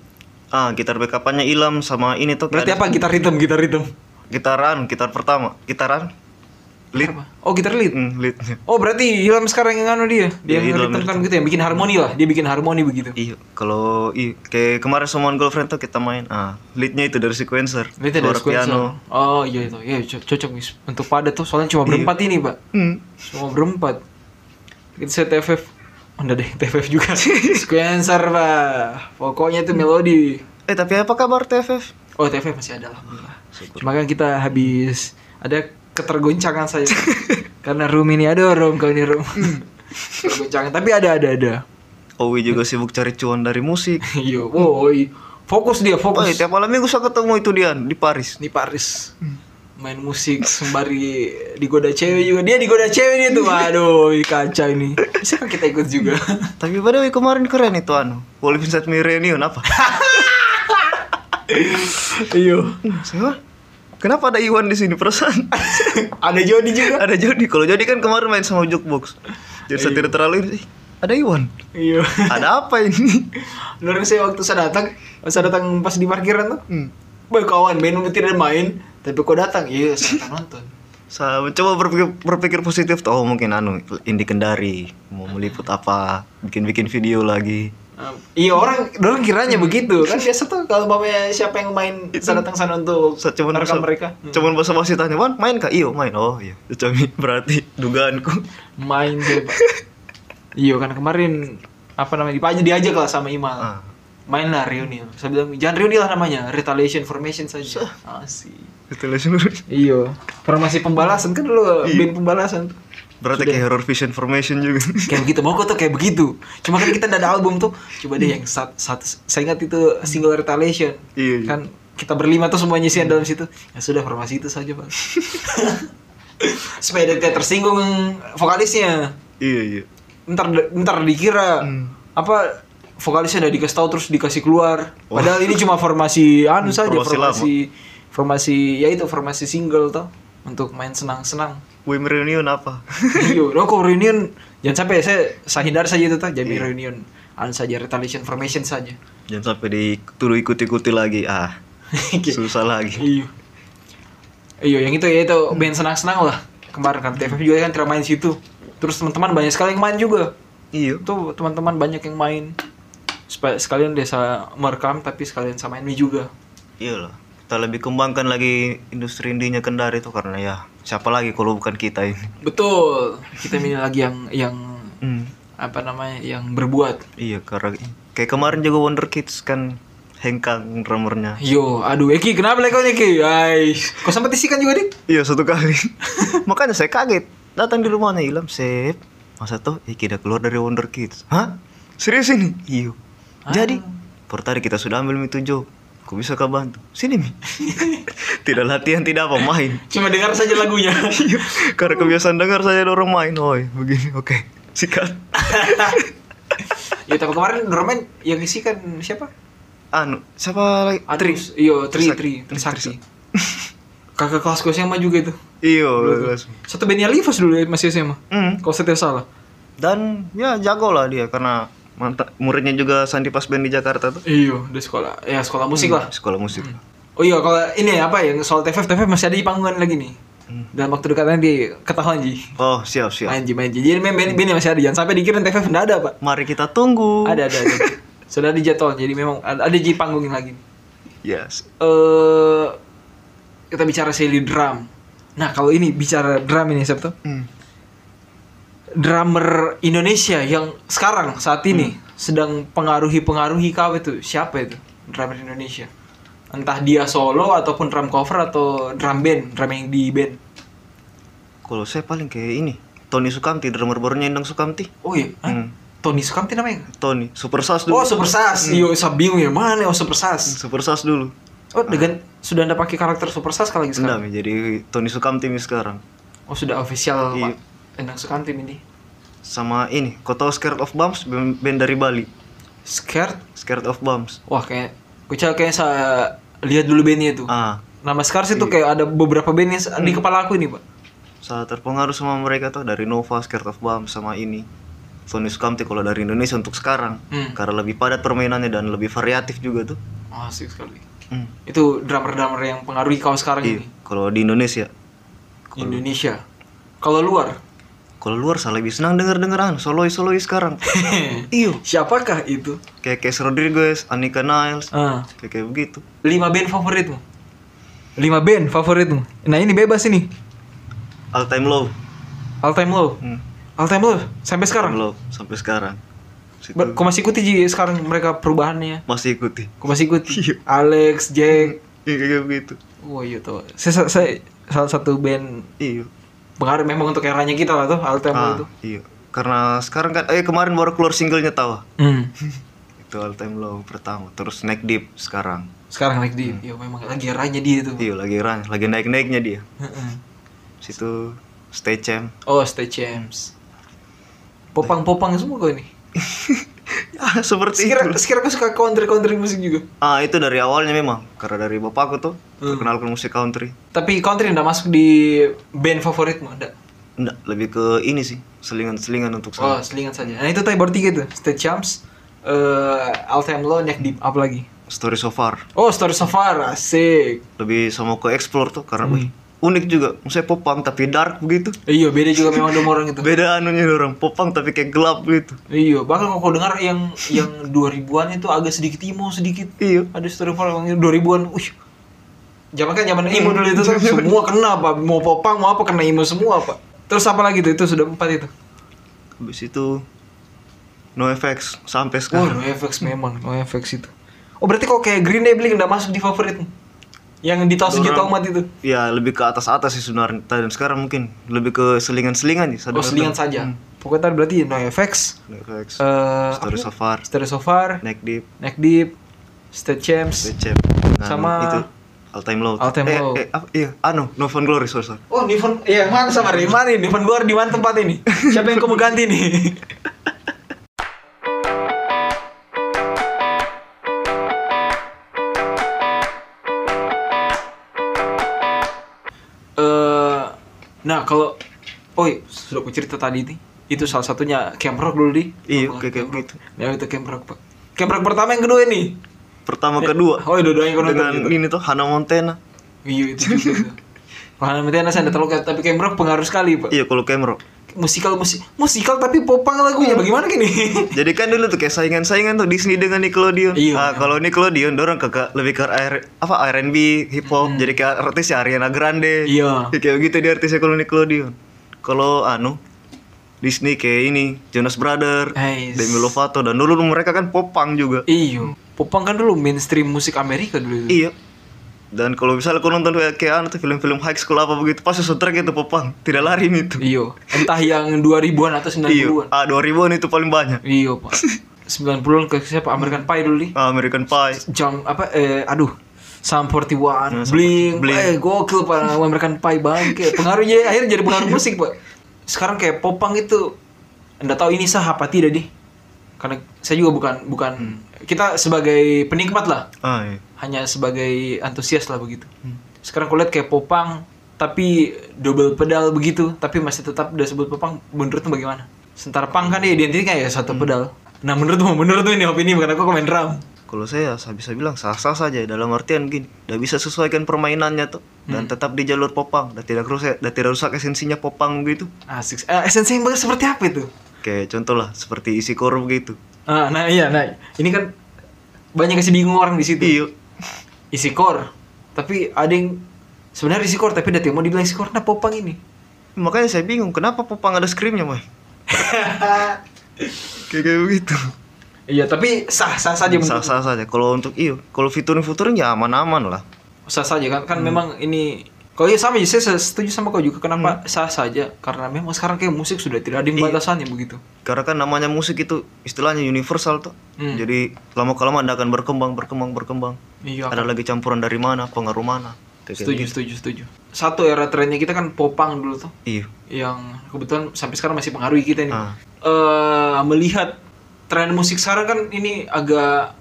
S2: Ah, gitar backupannya hilang sama ini tuh
S1: Berarti
S2: kayak
S1: apa? Gitar rhythm, gitar rhythm.
S2: gitaran, gitar pertama, gitaran lead
S1: Apa? Oh, gitar lead.
S2: Hmm, leadnya
S1: Oh, berarti Ilham sekarang yang anu dia. Dia
S2: Iya,
S1: yang
S2: Ilham
S1: rhythm-rhythm gitu ya, bikin harmoni lah. Dia bikin harmoni begitu.
S2: Iya, kalau i- kayak kemarin sama girlfriend tuh kita main. Ah, leadnya itu dari sequencer.
S1: Ini tidak
S2: Suara piano.
S1: sequencer. Oh iya itu, ya co- cocok nih untuk pada tuh soalnya cuma berempat ini pak,
S2: Hmm.
S1: cuma berempat. Kita saya TFF, oh, enggak deh TFF juga. sequencer pak, pokoknya itu melodi.
S2: Eh, tapi apa kabar TFF?
S1: Oh TFF masih ada alhamdulillah. Cuma kan kita habis ada ketergoncangan saya karena room ini ada room kau ini room. Ketergoncangan tapi ada ada ada.
S2: Owi juga sibuk cari cuan dari musik.
S1: Yo, woi fokus dia
S2: Woi,
S1: fokus.
S2: tiap Hmm. malam minggu saya ketemu itu dia di Paris.
S1: di Paris main musik sembari digoda cewek juga dia digoda cewek itu waduh ih, kacau ini bisa kan kita ikut juga
S2: Tapi pada Owi kemarin keren itu anu. Wolf Inside Me Reunion apa?
S1: iyo
S2: Hmm, saya, "Wah, Kenapa ada Iwan di sini perasaan?
S1: ada Jody juga
S2: ada Jody. Kalau Jody kan kemarin main sama Jukebox. Jadi saya tidak terlalu "Ih, ada Iwan.
S1: iyo
S2: Ada apa ini?
S1: Beneran Iya. saya waktu saya datang saya datang pas di parkiran tuh
S2: Hmm.
S1: boy kawan main udah tidak main tapi kok datang iya saya datang nonton
S2: Saya mencoba berpikir, berpikir positif tuh, oh mungkin anu Indi Kendari mau meliput apa, bikin-bikin video lagi.
S1: Um, iya orang orang kiranya begitu kan biasa tuh kalau umpamanya siapa yang main saya datang sana untuk
S2: Saya cuman
S1: rekam
S2: basa-
S1: mereka Hmm.
S2: Cuman basa-basi tanya, "Wan, main kak?" Iyo, main. Oh, iya. Cami berarti dugaanku.
S1: main dia pak iyo kan kemarin apa namanya dipaja diajak lah sama Imal
S2: Ah.
S1: main lah reuni saya bilang jangan reuni lah namanya retaliation formation saja asik
S2: Itu lah seluruh.
S1: iyo formasi pembalasan kan dulu band pembalasan
S2: Berarti kayak horror vision formation juga.
S1: kayak begitu mau tuh kayak begitu cuma kan kita nggak ada album tuh coba deh yang sat- satu saya ingat itu single retaliation
S2: Iya, iya.
S1: kan kita berlima tuh semuanya sih dalam situ ya sudah formasi itu saja pak supaya tidak tersinggung vokalisnya
S2: iya, iya.
S1: ntar ntar dikira
S2: Hmm.
S1: apa vokalisnya udah dikasih tahu terus dikasih keluar padahal ini cuma formasi anu saja
S2: Oh. Hmm, formasi
S1: formasi
S2: lama.
S1: formasi, ya itu formasi single tuh untuk main senang-senang
S2: Wim reunion apa?
S1: iyo no kok reunion jangan sampai saya saya hindar saja itu tuh jadi reunion anu saja retaliation formation saja
S2: Jangan sampai dituduh ikut-ikuti lagi. Ah,
S1: Iya.
S2: susah lagi.
S1: iyo iyo yang itu ya itu band senang-senang lah kemarin kan TFF juga kan tidak main situ terus teman-teman banyak sekali yang main juga
S2: Iya.
S1: tuh teman-teman banyak yang main supaya sekalian desa merekam tapi sekalian sama ini juga
S2: Iya lah. Kita lebih kembangkan lagi industri indinya Kendari itu karena ya siapa lagi kalau bukan kita ini.
S1: betul kita ini lagi yang yang
S2: Hmm.
S1: apa namanya yang berbuat
S2: Iya karena kayak kemarin juga Wonder Kids kan hengkang drummernya.
S1: yo aduh Eki kenapa lagi kau nih, Eki Ais. kau sempat isikan juga dik
S2: Iya satu kali. Makanya saya kaget. Datang di rumahnya Ilham, sep. Masa tuh Iki udah keluar dari Wonder Kids. Hah? Serius ini? Iya. Jadi, pertari kita sudah ambil Mi tujuh. Kok bisa kau bantu? Sini Mi. tidak latihan, tidak apa main.
S1: cuma dengar saja lagunya
S2: Iya. Karena kebiasaan dengar saya ada orang main. Oi, begini. Oke. Sikat.
S1: ya tapi kemarin Norman yang isikan siapa
S2: Anu, siapa lagi? Tri.
S1: Adris yo Tri
S2: Trisakti.
S1: Tri Trisakti kakak kelas kelas yang mah juga itu
S2: Iya. langsung.
S1: satu bandnya Livas dulu ya masih SMA
S2: Hmm.
S1: kalau saya tidak salah
S2: dan ya jago lah dia karena mantap muridnya juga Sandi Pasben di Jakarta tuh Hmm,
S1: iyo di sekolah ya sekolah musik lah
S2: sekolah musik
S1: Oh iya, kalau ini apa yang soal TFF, TFF masih ada di panggungan lagi nih. Dalam waktu dekat nanti ketahuan Ji.
S2: oh siap Hmm. siap
S1: Main Ji, main Ji. Jadi memang band, bandnya masih ada. Jangan sampai dikira TFF enggak ada, Pak.
S2: mari kita tunggu
S1: Ada, ada, ada. Sudah ada jadwal. Jadi memang ada, ada Ji panggungin lagi.
S2: yes
S1: Eh kita bicara seli drum. Nah, kalau ini bicara drum ini Sabtu.
S2: Hmm.
S1: Drummer Indonesia yang sekarang saat ini
S2: Hmm.
S1: sedang pengaruhi-pengaruhi kau itu siapa itu? Drummer Indonesia. Entah dia solo ataupun drum cover atau drum band, drum yang di band.
S2: kalau saya paling kayak ini Tony Sukamti drummer barunya Endang Sukamti
S1: Oh iya, Hah?
S2: Hmm.
S1: Tony Sukamti namanya?
S2: Tony Super Hmm. Sas dulu Hmm,
S1: Oh Super Sas, iya saya bingung ya mana ya, oh Super Sas.
S2: Super Sas dulu
S1: Oh dengan sudah anda pakai karakter Super Sas kalau lagi
S2: Enggak,
S1: sekarang?
S2: Mi, jadi Tony Sukamti Mi sekarang
S1: Oh sudah official
S2: Iya.
S1: Pak Endang Sukamti ini.
S2: sama ini kau tahu Scared of Bumps band band dari Bali
S1: Scared,
S2: Scared of Bumps
S1: wah kayak, gue kayak saya lihat dulu bandnya itu.
S2: ah Hmm.
S1: Nama Scar sih tuh kayak ada beberapa band yang di kepala aku ini pak.
S2: saya terpengaruh sama mereka tuh dari Nova Scared of Bumps sama ini Tony Sukamti kalau dari Indonesia untuk sekarang
S1: Hmm.
S2: karena lebih padat permainannya dan lebih variatif juga tuh. Hmm.
S1: Wah asik sekali. Itu drummer-drummer yang pengaruhi kau sekarang
S2: Iya,
S1: ini
S2: kalau di Indonesia
S1: Indonesia. Kalau luar,
S2: Kalau luar salah lebih senang denger-dengeran soloi-soloi sekarang. Iyo,
S1: siapakah itu?
S2: kayak Kes Rodriguez, Anika Niles,
S1: Ah,
S2: kayak kayak begitu.
S1: lima band favoritmu? Lima band favoritmu? Nah ini bebas ini.
S2: All time low.
S1: All time low.
S2: Hmm,
S1: All time low sampai
S2: all time
S1: sekarang.
S2: low sampai sekarang. Situ
S1: Ba- Kau masih ikuti Ji, sekarang mereka perubahannya.
S2: masih ikuti.
S1: Kau masih ikuti. Alex, Jack.
S2: Iya kayak begitu.
S1: Wah iya tuh. Saya, saya salah satu band
S2: Iyo.
S1: pengaruh memang untuk eranya kita lah tuh all time low
S2: Iya. Ah,
S1: tuh.
S2: iyo. Karena sekarang kan eh kemarin baru keluar singlenya tawa.
S1: Hmm.
S2: Itu all time low pertama, terus neck deep sekarang.
S1: Sekarang naik di, ya memang lagi eranya dia tuh.
S2: Iyo Iya, lagi run, lagi naik-naiknya dia.
S1: Heeh.
S2: Situ stay champ.
S1: Oh, Stay Champs. Popang-popang semua kau ini.
S2: Ah, seperti
S1: Sekira, sekira aku suka country-country musik juga.
S2: Ah itu dari awalnya memang karena dari bapakku tuh
S1: Hmm.
S2: terkenal ke musik country.
S1: Tapi country ndak masuk di band favoritmu, ndak?
S2: Enggak, lebih ke ini sih selingan-selingan untuk
S1: Oh,
S2: saya.
S1: selingan saja. Nah, itu tadi baru tiga tuh. Stay Champs, eh All Time Low, Neck Deep, apa lagi?
S2: Story so far
S1: Oh, Story So Far, asik.
S2: lebih sama ke explore tuh karena wih, unik juga. Maksudnya popang tapi dark begitu.
S1: Iya, beda juga memang dong orang itu.
S2: Beda anunya orang popang tapi kayak gelap gitu.
S1: Iya, bahkan kalau kau dengar yang yang 2000-an itu agak sedikit emo sedikit.
S2: Iya.
S1: Ada story for yang 2000-an. Wih. Zaman kan zaman emo dulu itu kan semua kena apa mau popang mau apa kena emo semua apa. Terus apa lagi tuh? Itu sudah empat itu.
S2: Habis itu no effects sampai
S1: Oh,
S2: sekarang.
S1: no effects memang, no effects itu. Oh, berarti kok kayak Green Day Blink nggak masuk di favorit yang ditos juta
S2: Dorang.
S1: umat gitu itu.
S2: Ya lebih ke atas-atas sih sebenarnya dan sekarang mungkin lebih ke selingan-selingan sih.
S1: Oh,
S2: sadar-sadar. Hmm.
S1: selingan saja. Pokoknya tadi berarti no effects.
S2: No effects.
S1: Eh, apa
S2: Story
S1: tuh?
S2: so far,
S1: Story so far,
S2: neck deep,
S1: Neck Deep, State Champs.
S2: Stay Champ. Dan
S1: Sama-
S2: itu all time low.
S1: All Time
S2: eh,
S1: Low.
S2: Eh, apa? Iya, anu, no phone glory sorry, sorry.
S1: Oh, Niven, ya mana sama Ray? Mana ini? Niven luar di mana tempat ini? Siapa yang kamu ganti nih? Eh, nah kalau, oh iya, sudah aku cerita tadi nih, itu salah satunya camp rock dulu di.
S2: Iya, kayak kayak gitu.
S1: Ya itu camp rock pak. Camp rock pertama yang kedua ini.
S2: Pertama kedua
S1: Oh, dua-duanya kau nonton
S2: dengan
S1: gitu.
S2: ini tuh Hannah Montana.
S1: Iya itu juga. Wah, nanti anak saya nggak terlalu tapi camp rock pengaruh sekali pak.
S2: Iya, kalau Camero.
S1: musikal musik musikal tapi popang lagunya
S2: Hmm.
S1: bagaimana gini
S2: Jadi kan dulu tuh kayak saingan-saingan tuh Disney dengan Nickelodeon.
S1: Iya.
S2: Nah, kalau Nickelodeon dorong kakak lebih ke R- apa R&B, hip hop. Jadi kayak artis ya Ariana
S1: Hmm.
S2: Grande.
S1: Iya.
S2: Ya, kayak gitu dia artisnya kalau Nickelodeon. Kalau anu Disney kayak ini Jonas Brother,
S1: Guys.
S2: Demi Lovato dan dulu mereka kan popang juga.
S1: iyo popang kan dulu mainstream musik Amerika dulu itu
S2: Iya. Dan kalau misalnya aku nonton kayak kayak anu tuh film-film high school apa begitu, pas soundtrack itu popang, tidak lari itu.
S1: iyo entah yang 2000-an atau 90-an
S2: Ah, 2000 itu paling banyak.
S1: iyo pak 90-an ke siapa American Pie dulu nih
S2: Ah, American Pie.
S1: jam apa eh aduh Sam 41,
S2: Sam
S1: Blink,
S2: 41, Nah, Blink.
S1: eh gokil pak American Pie bangke pengaruhnya akhirnya jadi pengaruh musik pak sekarang kayak popang itu anda tahu ini sah apa tidak deh karena saya juga bukan bukan
S2: Hmm.
S1: kita sebagai penikmat lah
S2: Ah, iya.
S1: hanya sebagai antusias lah begitu. Sekarang kulihat kayak popang tapi double pedal begitu, tapi masih tetap udah sebut popang. Menurutmu bagaimana? Sementara pang kan ya identiknya ya satu pedal. Nah menurutmu, menurutmu ini opini bukan aku komen drum.
S2: Kalau saya saya bisa bilang sah-sah saja dalam artian gini, udah bisa sesuaikan permainannya tuh
S1: Hmm.
S2: dan tetap di jalur popang dan tidak rusak dan tidak rusak esensinya popang gitu.
S1: Asik. Eh, esensi yang bagus seperti apa itu?
S2: Kayak contoh lah seperti isi korup gitu.
S1: Ah, nah iya, nah ini kan banyak kasih bingung orang di situ.
S2: Iya.
S1: Isi core, tapi ada yang sebenarnya isi core tapi datang mau dibilang isi core nah popang ini.
S2: Makanya saya bingung kenapa popang ada screamnya, Moy? Kayak kayak begitu.
S1: Iya, tapi sah sah saja menurut-
S2: Sah-sah saja. Kalau untuk iyo, kalau fitur-fiturnya ya aman-aman lah.
S1: sah saja kan
S2: Hmm.
S1: kan memang ini kalau iya sama aja, saya setuju sama kau juga kenapa
S2: Hmm.
S1: sah saja karena memang sekarang kayak musik sudah tidak
S2: Iya.
S1: ada batasannya begitu
S2: Karena kan namanya musik itu istilahnya universal tuh.
S1: Hmm.
S2: Jadi lama kelamaan akan berkembang, berkembang, berkembang.
S1: iya
S2: Ada lagi campuran dari mana, pengaruh mana. Kayak
S1: setuju setuju setuju satu era trennya kita kan popang dulu tuh
S2: Iya.
S1: yang kebetulan sampai sekarang masih pengaruhi kita nih
S2: Ah.
S1: Eh, melihat tren musik sekarang kan ini agak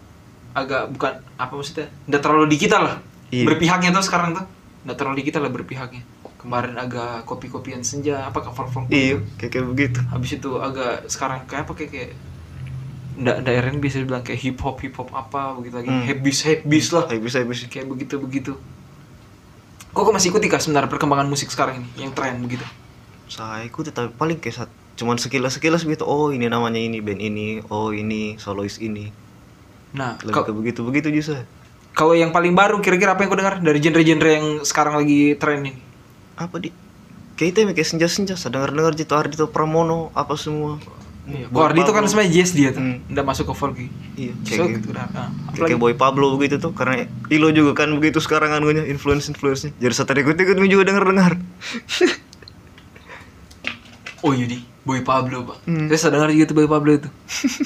S1: agak bukan apa maksudnya nggak terlalu di kita lah
S2: Iya.
S1: berpihaknya tuh sekarang tuh nggak terlalu di kita lah berpihaknya kemarin agak kopi-kopian senja apa cover-cover gitu.
S2: Iya, kayak kayak begitu.
S1: habis itu agak sekarang kayak apa kayak kayak ndak ndak R&B bisa bilang kayak hip hop hip hop apa begitu lagi
S2: Hmm.
S1: hebis hebis lah
S2: Oh, Habis habis.
S1: kayak begitu begitu kok kok masih ikuti kah sebenarnya perkembangan musik sekarang ini yang tren begitu
S2: saya ikuti tapi paling kayak sat- cuman sekilas sekilas gitu oh ini namanya ini band ini oh ini solois ini
S1: Nah,
S2: lebih
S1: ka-
S2: ke begitu begitu justru
S1: kalau yang paling baru kira-kira apa yang kau dengar dari genre-genre yang sekarang lagi tren ini?
S2: apa di kayak itu ya, kayak senja senja saya dengar dengar Jito Ardito Pramono apa semua
S1: Iya,
S2: Boy
S1: Wardi itu kan
S2: Pablo.
S1: sebenarnya jazz dia tuh,
S2: Hmm.
S1: nggak masuk ke folk.
S2: iya kayak
S1: So,
S2: gitu.
S1: gitu. Nah, nah,
S2: Kayak
S1: apalagi
S2: kayak Boy Pablo begitu tuh karena Ilo juga kan begitu sekarang anunya influence influence jadi saya tadi ikut ikut juga denger dengar
S1: Oh Yudi, Boy Pablo pak.
S2: Hmm.
S1: Saya sadar dengar juga tuh Boy Pablo itu.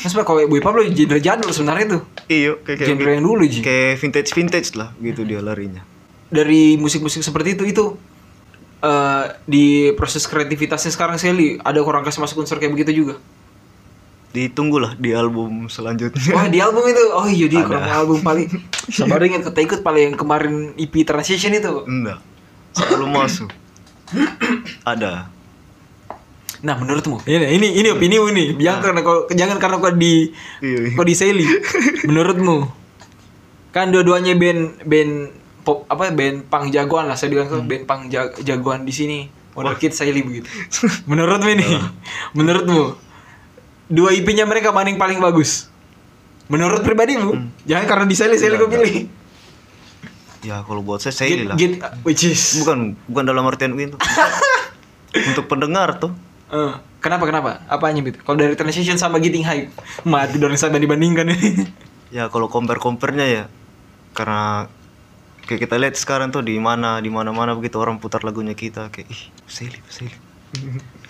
S1: Mas pak, kalau Boy Pablo genre jadul sebenarnya tuh,
S2: iyo Iya, kayak gitu. kayak,
S1: genre yang dulu ji.
S2: kayak vintage vintage lah gitu dia larinya
S1: Dari musik-musik seperti itu itu eh, di proses kreativitasnya sekarang sekali ada orang kasih masuk unsur kayak begitu juga.
S2: ditunggulah di album selanjutnya
S1: Wah di album itu, oh Yudi
S2: Ada.
S1: kurang album paling. Saya baru ingat kata ikut paling yang kemarin EP Transition itu.
S2: enggak selalu masuk ada
S1: Nah menurutmu? Ini ini ini opini Nah. ini. Jangan karena kau jangan karena kau di
S2: Iya, iya.
S1: kau di Sally. menurutmu? Kan dua-duanya band band pop apa band pang jagoan lah saya bilang tuh
S2: Hmm.
S1: band pang ja- jagoan di sini. Model Kid Sally begitu. Menurutmu ini? menurutmu? Dua IP-nya mereka mana yang paling bagus? Menurut pribadimu? Jangan karena di Sally Sally
S2: Hmm. Enggak,
S1: kau pilih.
S2: ya kalau buat saya saya
S1: Get,
S2: lah
S1: get, which is.
S2: bukan bukan dalam artian itu untuk pendengar tuh
S1: Eh, kenapa kenapa? Apanya gitu? Kalau dari transition sama getting hype, mati dong sama dibandingkan ini.
S2: ya kalau compare comparenya ya karena kayak kita lihat sekarang tuh di mana di mana mana begitu orang putar lagunya kita kayak ih selip selip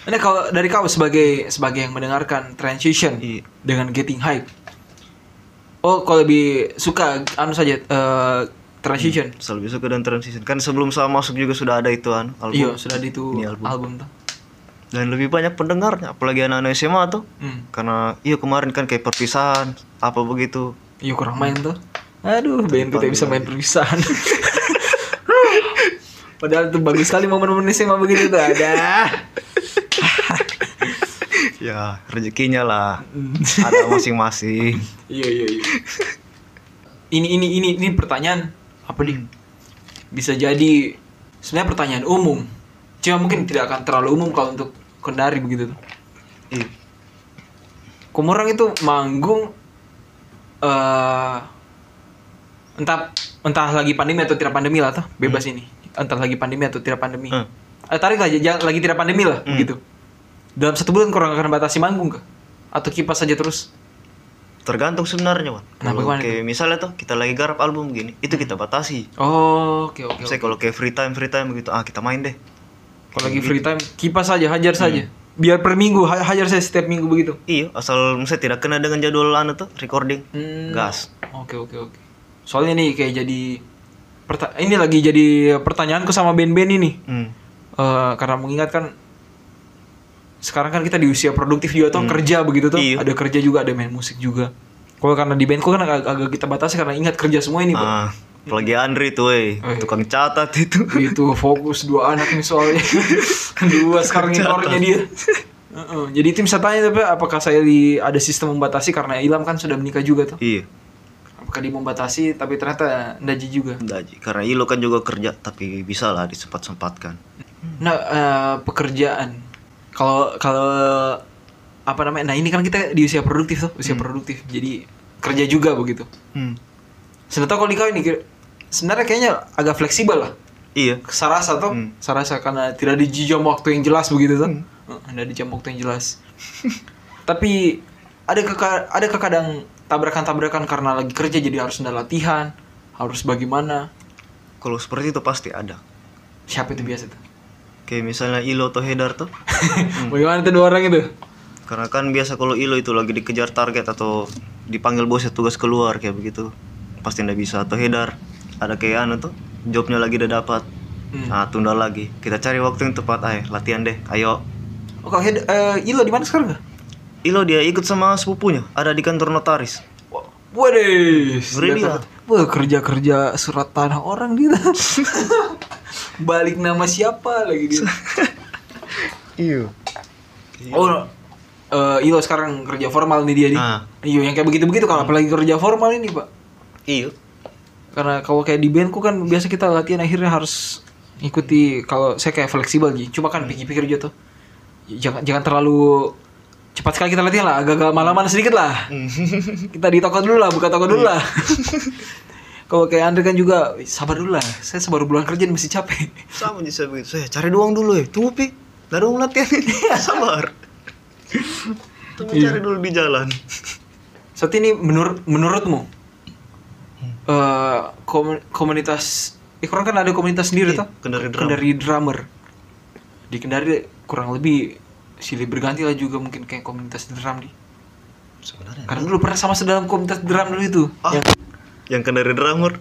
S1: Ini kalau dari kau sebagai sebagai yang mendengarkan transition
S2: Iya.
S1: dengan getting hype. Oh, kau lebih suka anu saja eh, transition.
S2: selalu suka dan transition kan sebelum saya masuk juga sudah ada ituan
S1: Iya,
S2: album
S1: sudah di itu
S2: Ini
S1: album,
S2: album.
S1: tuh.
S2: dan lebih banyak pendengarnya apalagi anak-anak SMA tuh
S1: Hmm.
S2: karena iya kemarin kan kayak perpisahan apa begitu
S1: Iya kurang main tuh. Aduh, band kita bisa main perpisahan. Padahal tuh bagus sekali momen-momen SMA begitu tuh ada.
S2: ya rezekinya lah
S1: Hmm.
S2: ada masing-masing
S1: Iya iya iya. ini ini ini ini pertanyaan apa nih? Bisa jadi sebenarnya pertanyaan umum. Cuma mungkin tidak akan terlalu umum kalau untuk kendari begitu.
S2: Iya.
S1: Komorang itu manggung eh entah entah lagi pandemi atau tidak pandemi lah toh, bebas ini. Entah lagi pandemi atau tidak pandemi.
S2: Hmm.
S1: Eh, tarik aja jangan- lagi tidak pandemi lah
S2: Hmm.
S1: begitu. Dalam satu bulan kurang akan batasi manggung kah? Atau kipas aja terus?
S2: tergantung sebenarnya Wan.
S1: Kenapa,
S2: Kalau
S1: Wan?
S2: kayak misalnya tuh kita lagi garap album gini itu kita batasi
S1: Oh, oke oke. oke.
S2: saya kalau kayak free time free time begitu ah kita main deh
S1: Kalau lagi
S2: gitu.
S1: free time, kipas saja, hajar saja.
S2: Hmm.
S1: Biar per minggu, ha- hajar saya setiap minggu begitu.
S2: Iya, asal misalnya tidak kena dengan jadwal anu tuh recording. Gas.
S1: Hmm, Oke, oke, oke. Soalnya nih kayak jadi perta- ini lagi jadi pertanyaanku sama band-band ini.
S2: Hmm.
S1: Eh, karena mengingatkan sekarang kan kita di usia produktif juga tuh kerja begitu tuh.
S2: Iya.
S1: Ada kerja juga, ada main musik juga. Kalau karena di bandku kan ag- agak kita batasi karena ingat kerja semua ini, Iya, Pak. Oh, iya.
S2: Ah, apalagi Andri tuh, wey. tukang catat itu.
S1: itu Gitu, fokus dua anak nih soalnya dua sekarang ignornya dia Heeh, jadi tim saya tanya tapi apakah saya di ada sistem membatasi karena Ilham kan sudah menikah juga tuh
S2: iya,
S1: apakah dia membatasi tapi ternyata eh, ndaji juga
S2: Daji. Karena Ilo kan juga kerja, tapi bisa lah disempat-sempatkan.
S1: nah eh, pekerjaan kalau kalau apa namanya nah ini kan kita di usia produktif tuh usia produktif jadi kerja juga begitu
S2: Hmm.
S1: sebenarnya kalau di kau ini kira- sebenarnya kayaknya agak fleksibel lah
S2: Iya.
S1: sarasa tuh
S2: Hmm.
S1: sarasa karena tidak di jam waktu yang jelas begitu tuh Heeh, tidak di jam waktu yang jelas tapi ada keka- ada kekadang tabrakan-tabrakan karena lagi kerja jadi harus ada latihan harus bagaimana
S2: Kalau seperti itu pasti ada.
S1: siapa itu biasa tuh
S2: Kayak misalnya Ilo atau Hedar tuh.
S1: bagaimana tuh dua orang itu
S2: Karena kan biasa kalau Ilo itu lagi dikejar target atau dipanggil bosnya tugas keluar kayak begitu. Pasti ndak bisa atau Hedar. Ada kayak anu tuh, jobnya lagi udah dapat.
S1: Hmm.
S2: Nah, tunda lagi. Kita cari waktu yang tepat, ay, latihan deh. Ayo,
S1: oh kalau head eh, Ilo di mana sekarang nggak
S2: Ilo dia ikut sama sepupunya, ada di kantor notaris.
S1: Waduh,
S2: Ngeri dia.
S1: Wah, kerja-kerja surat tanah orang dia. Balik nama siapa lagi dia.
S2: Iya.
S1: Oh, eh Ilo sekarang kerja formal nih dia nih.
S2: Ah.
S1: Iya, yang kayak begitu-begitu kalau apalagi kerja formal ini, Pak.
S2: Iya.
S1: Karena kalau kayak di bandku kan biasa kita latihan akhirnya harus ikuti kalau saya kayak fleksibel gitu. Cuma kan pikir-pikir aja tuh. jangan jangan terlalu cepat sekali kita latihan lah agak-agak malaman sedikit lah kita di toko dulu lah buka toko dulu lah kalau kayak Andre kan juga sabar dulu lah saya sebaru bulan kerja nih, masih capek
S2: sama aja saya begitu saya cari doang dulu ya tunggu pi ada doang latihan ini sabar tunggu
S1: Iya.
S2: cari dulu di jalan
S1: saat ini menurut menurutmu eh, komu- komunitas eh, kurang kan ada komunitas sendiri
S2: Iya,
S1: tuh
S2: Kendari Drummer.
S1: kendari drummer kan di kendari kurang lebih silih berganti lah juga mungkin kayak komunitas drum nih
S2: sebenarnya
S1: karena dulu pernah sama sedalam komunitas drum dulu itu
S2: ah
S1: Yang-
S2: yang kendari drummer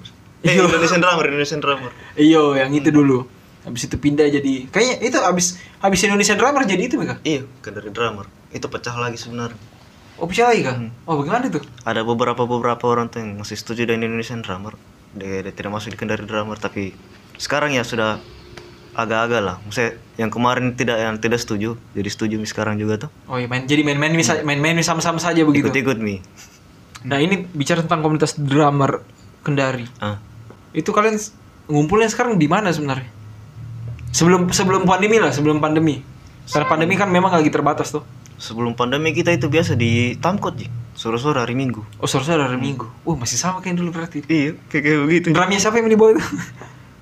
S2: eh
S1: Iya.
S2: Indonesian drummer Indonesian drummer
S1: Iyo, Iya, yang itu dulu. Habis itu pindah jadi kayaknya itu habis habis Indonesia drummer jadi itu Mika.
S2: iya kendari drummer itu pecah lagi sebenarnya
S1: Oh, bisa lagi kah? Oh, bagaimana itu?
S2: ada beberapa beberapa orang tuh yang masih setuju dengan Indonesian drummer dia, dia tidak masuk di kendari drummer tapi sekarang ya sudah agak-agak lah Maksudnya yang kemarin tidak yang tidak setuju jadi setuju nih sekarang juga tuh
S1: Oh, iya, main jadi main-main bisa main-main sama-sama saja begitu.
S2: ikut-ikut mi
S1: Nah, ini bicara tentang komunitas drummer Kendari.
S2: ah
S1: Itu kalian s- ngumpulnya sekarang di mana sebenarnya? Sebelum sebelum pandemi lah, sebelum pandemi. Karena pandemi kan memang lagi terbatas tuh.
S2: sebelum pandemi kita itu biasa di Tamkot Ji. sore-sore hari Minggu
S1: Oh, sore-sore hari Minggu. Wah, masih sama kayak dulu berarti.
S2: iya kayak kayak begitu
S1: Drumnya siapa yang dibawa itu?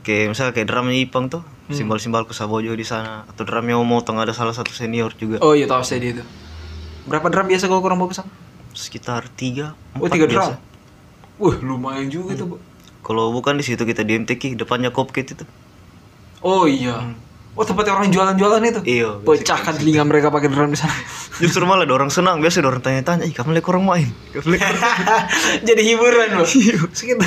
S2: kayak misalnya kayak drumnya Ipang tuh simbal-simbal Kusabojo di sana atau drumnya Omotong ada salah satu senior juga
S1: Oh iya, tahu saya dia itu. Berapa drum biasa kalau kurang bagus? Sam?
S2: sekitar tiga
S1: Oh
S2: empat
S1: tiga
S2: biasa.
S1: drum. Wah lumayan juga itu. Bu.
S2: kalau bukan di situ kita di MTQ depannya Kopkit itu
S1: Oh iya. Oh tempatnya orang jualan-jualan itu.
S2: Hmm. Iya,
S1: Pecahkan telinga mereka pakai drum di sana.
S2: Justru malah ada orang senang, biasa ada orang tanya-tanya, "Ih, kamu lihat orang main?" Kamu lihat orang main?"
S1: Jadi hiburan loh.
S2: Iya, sekitar.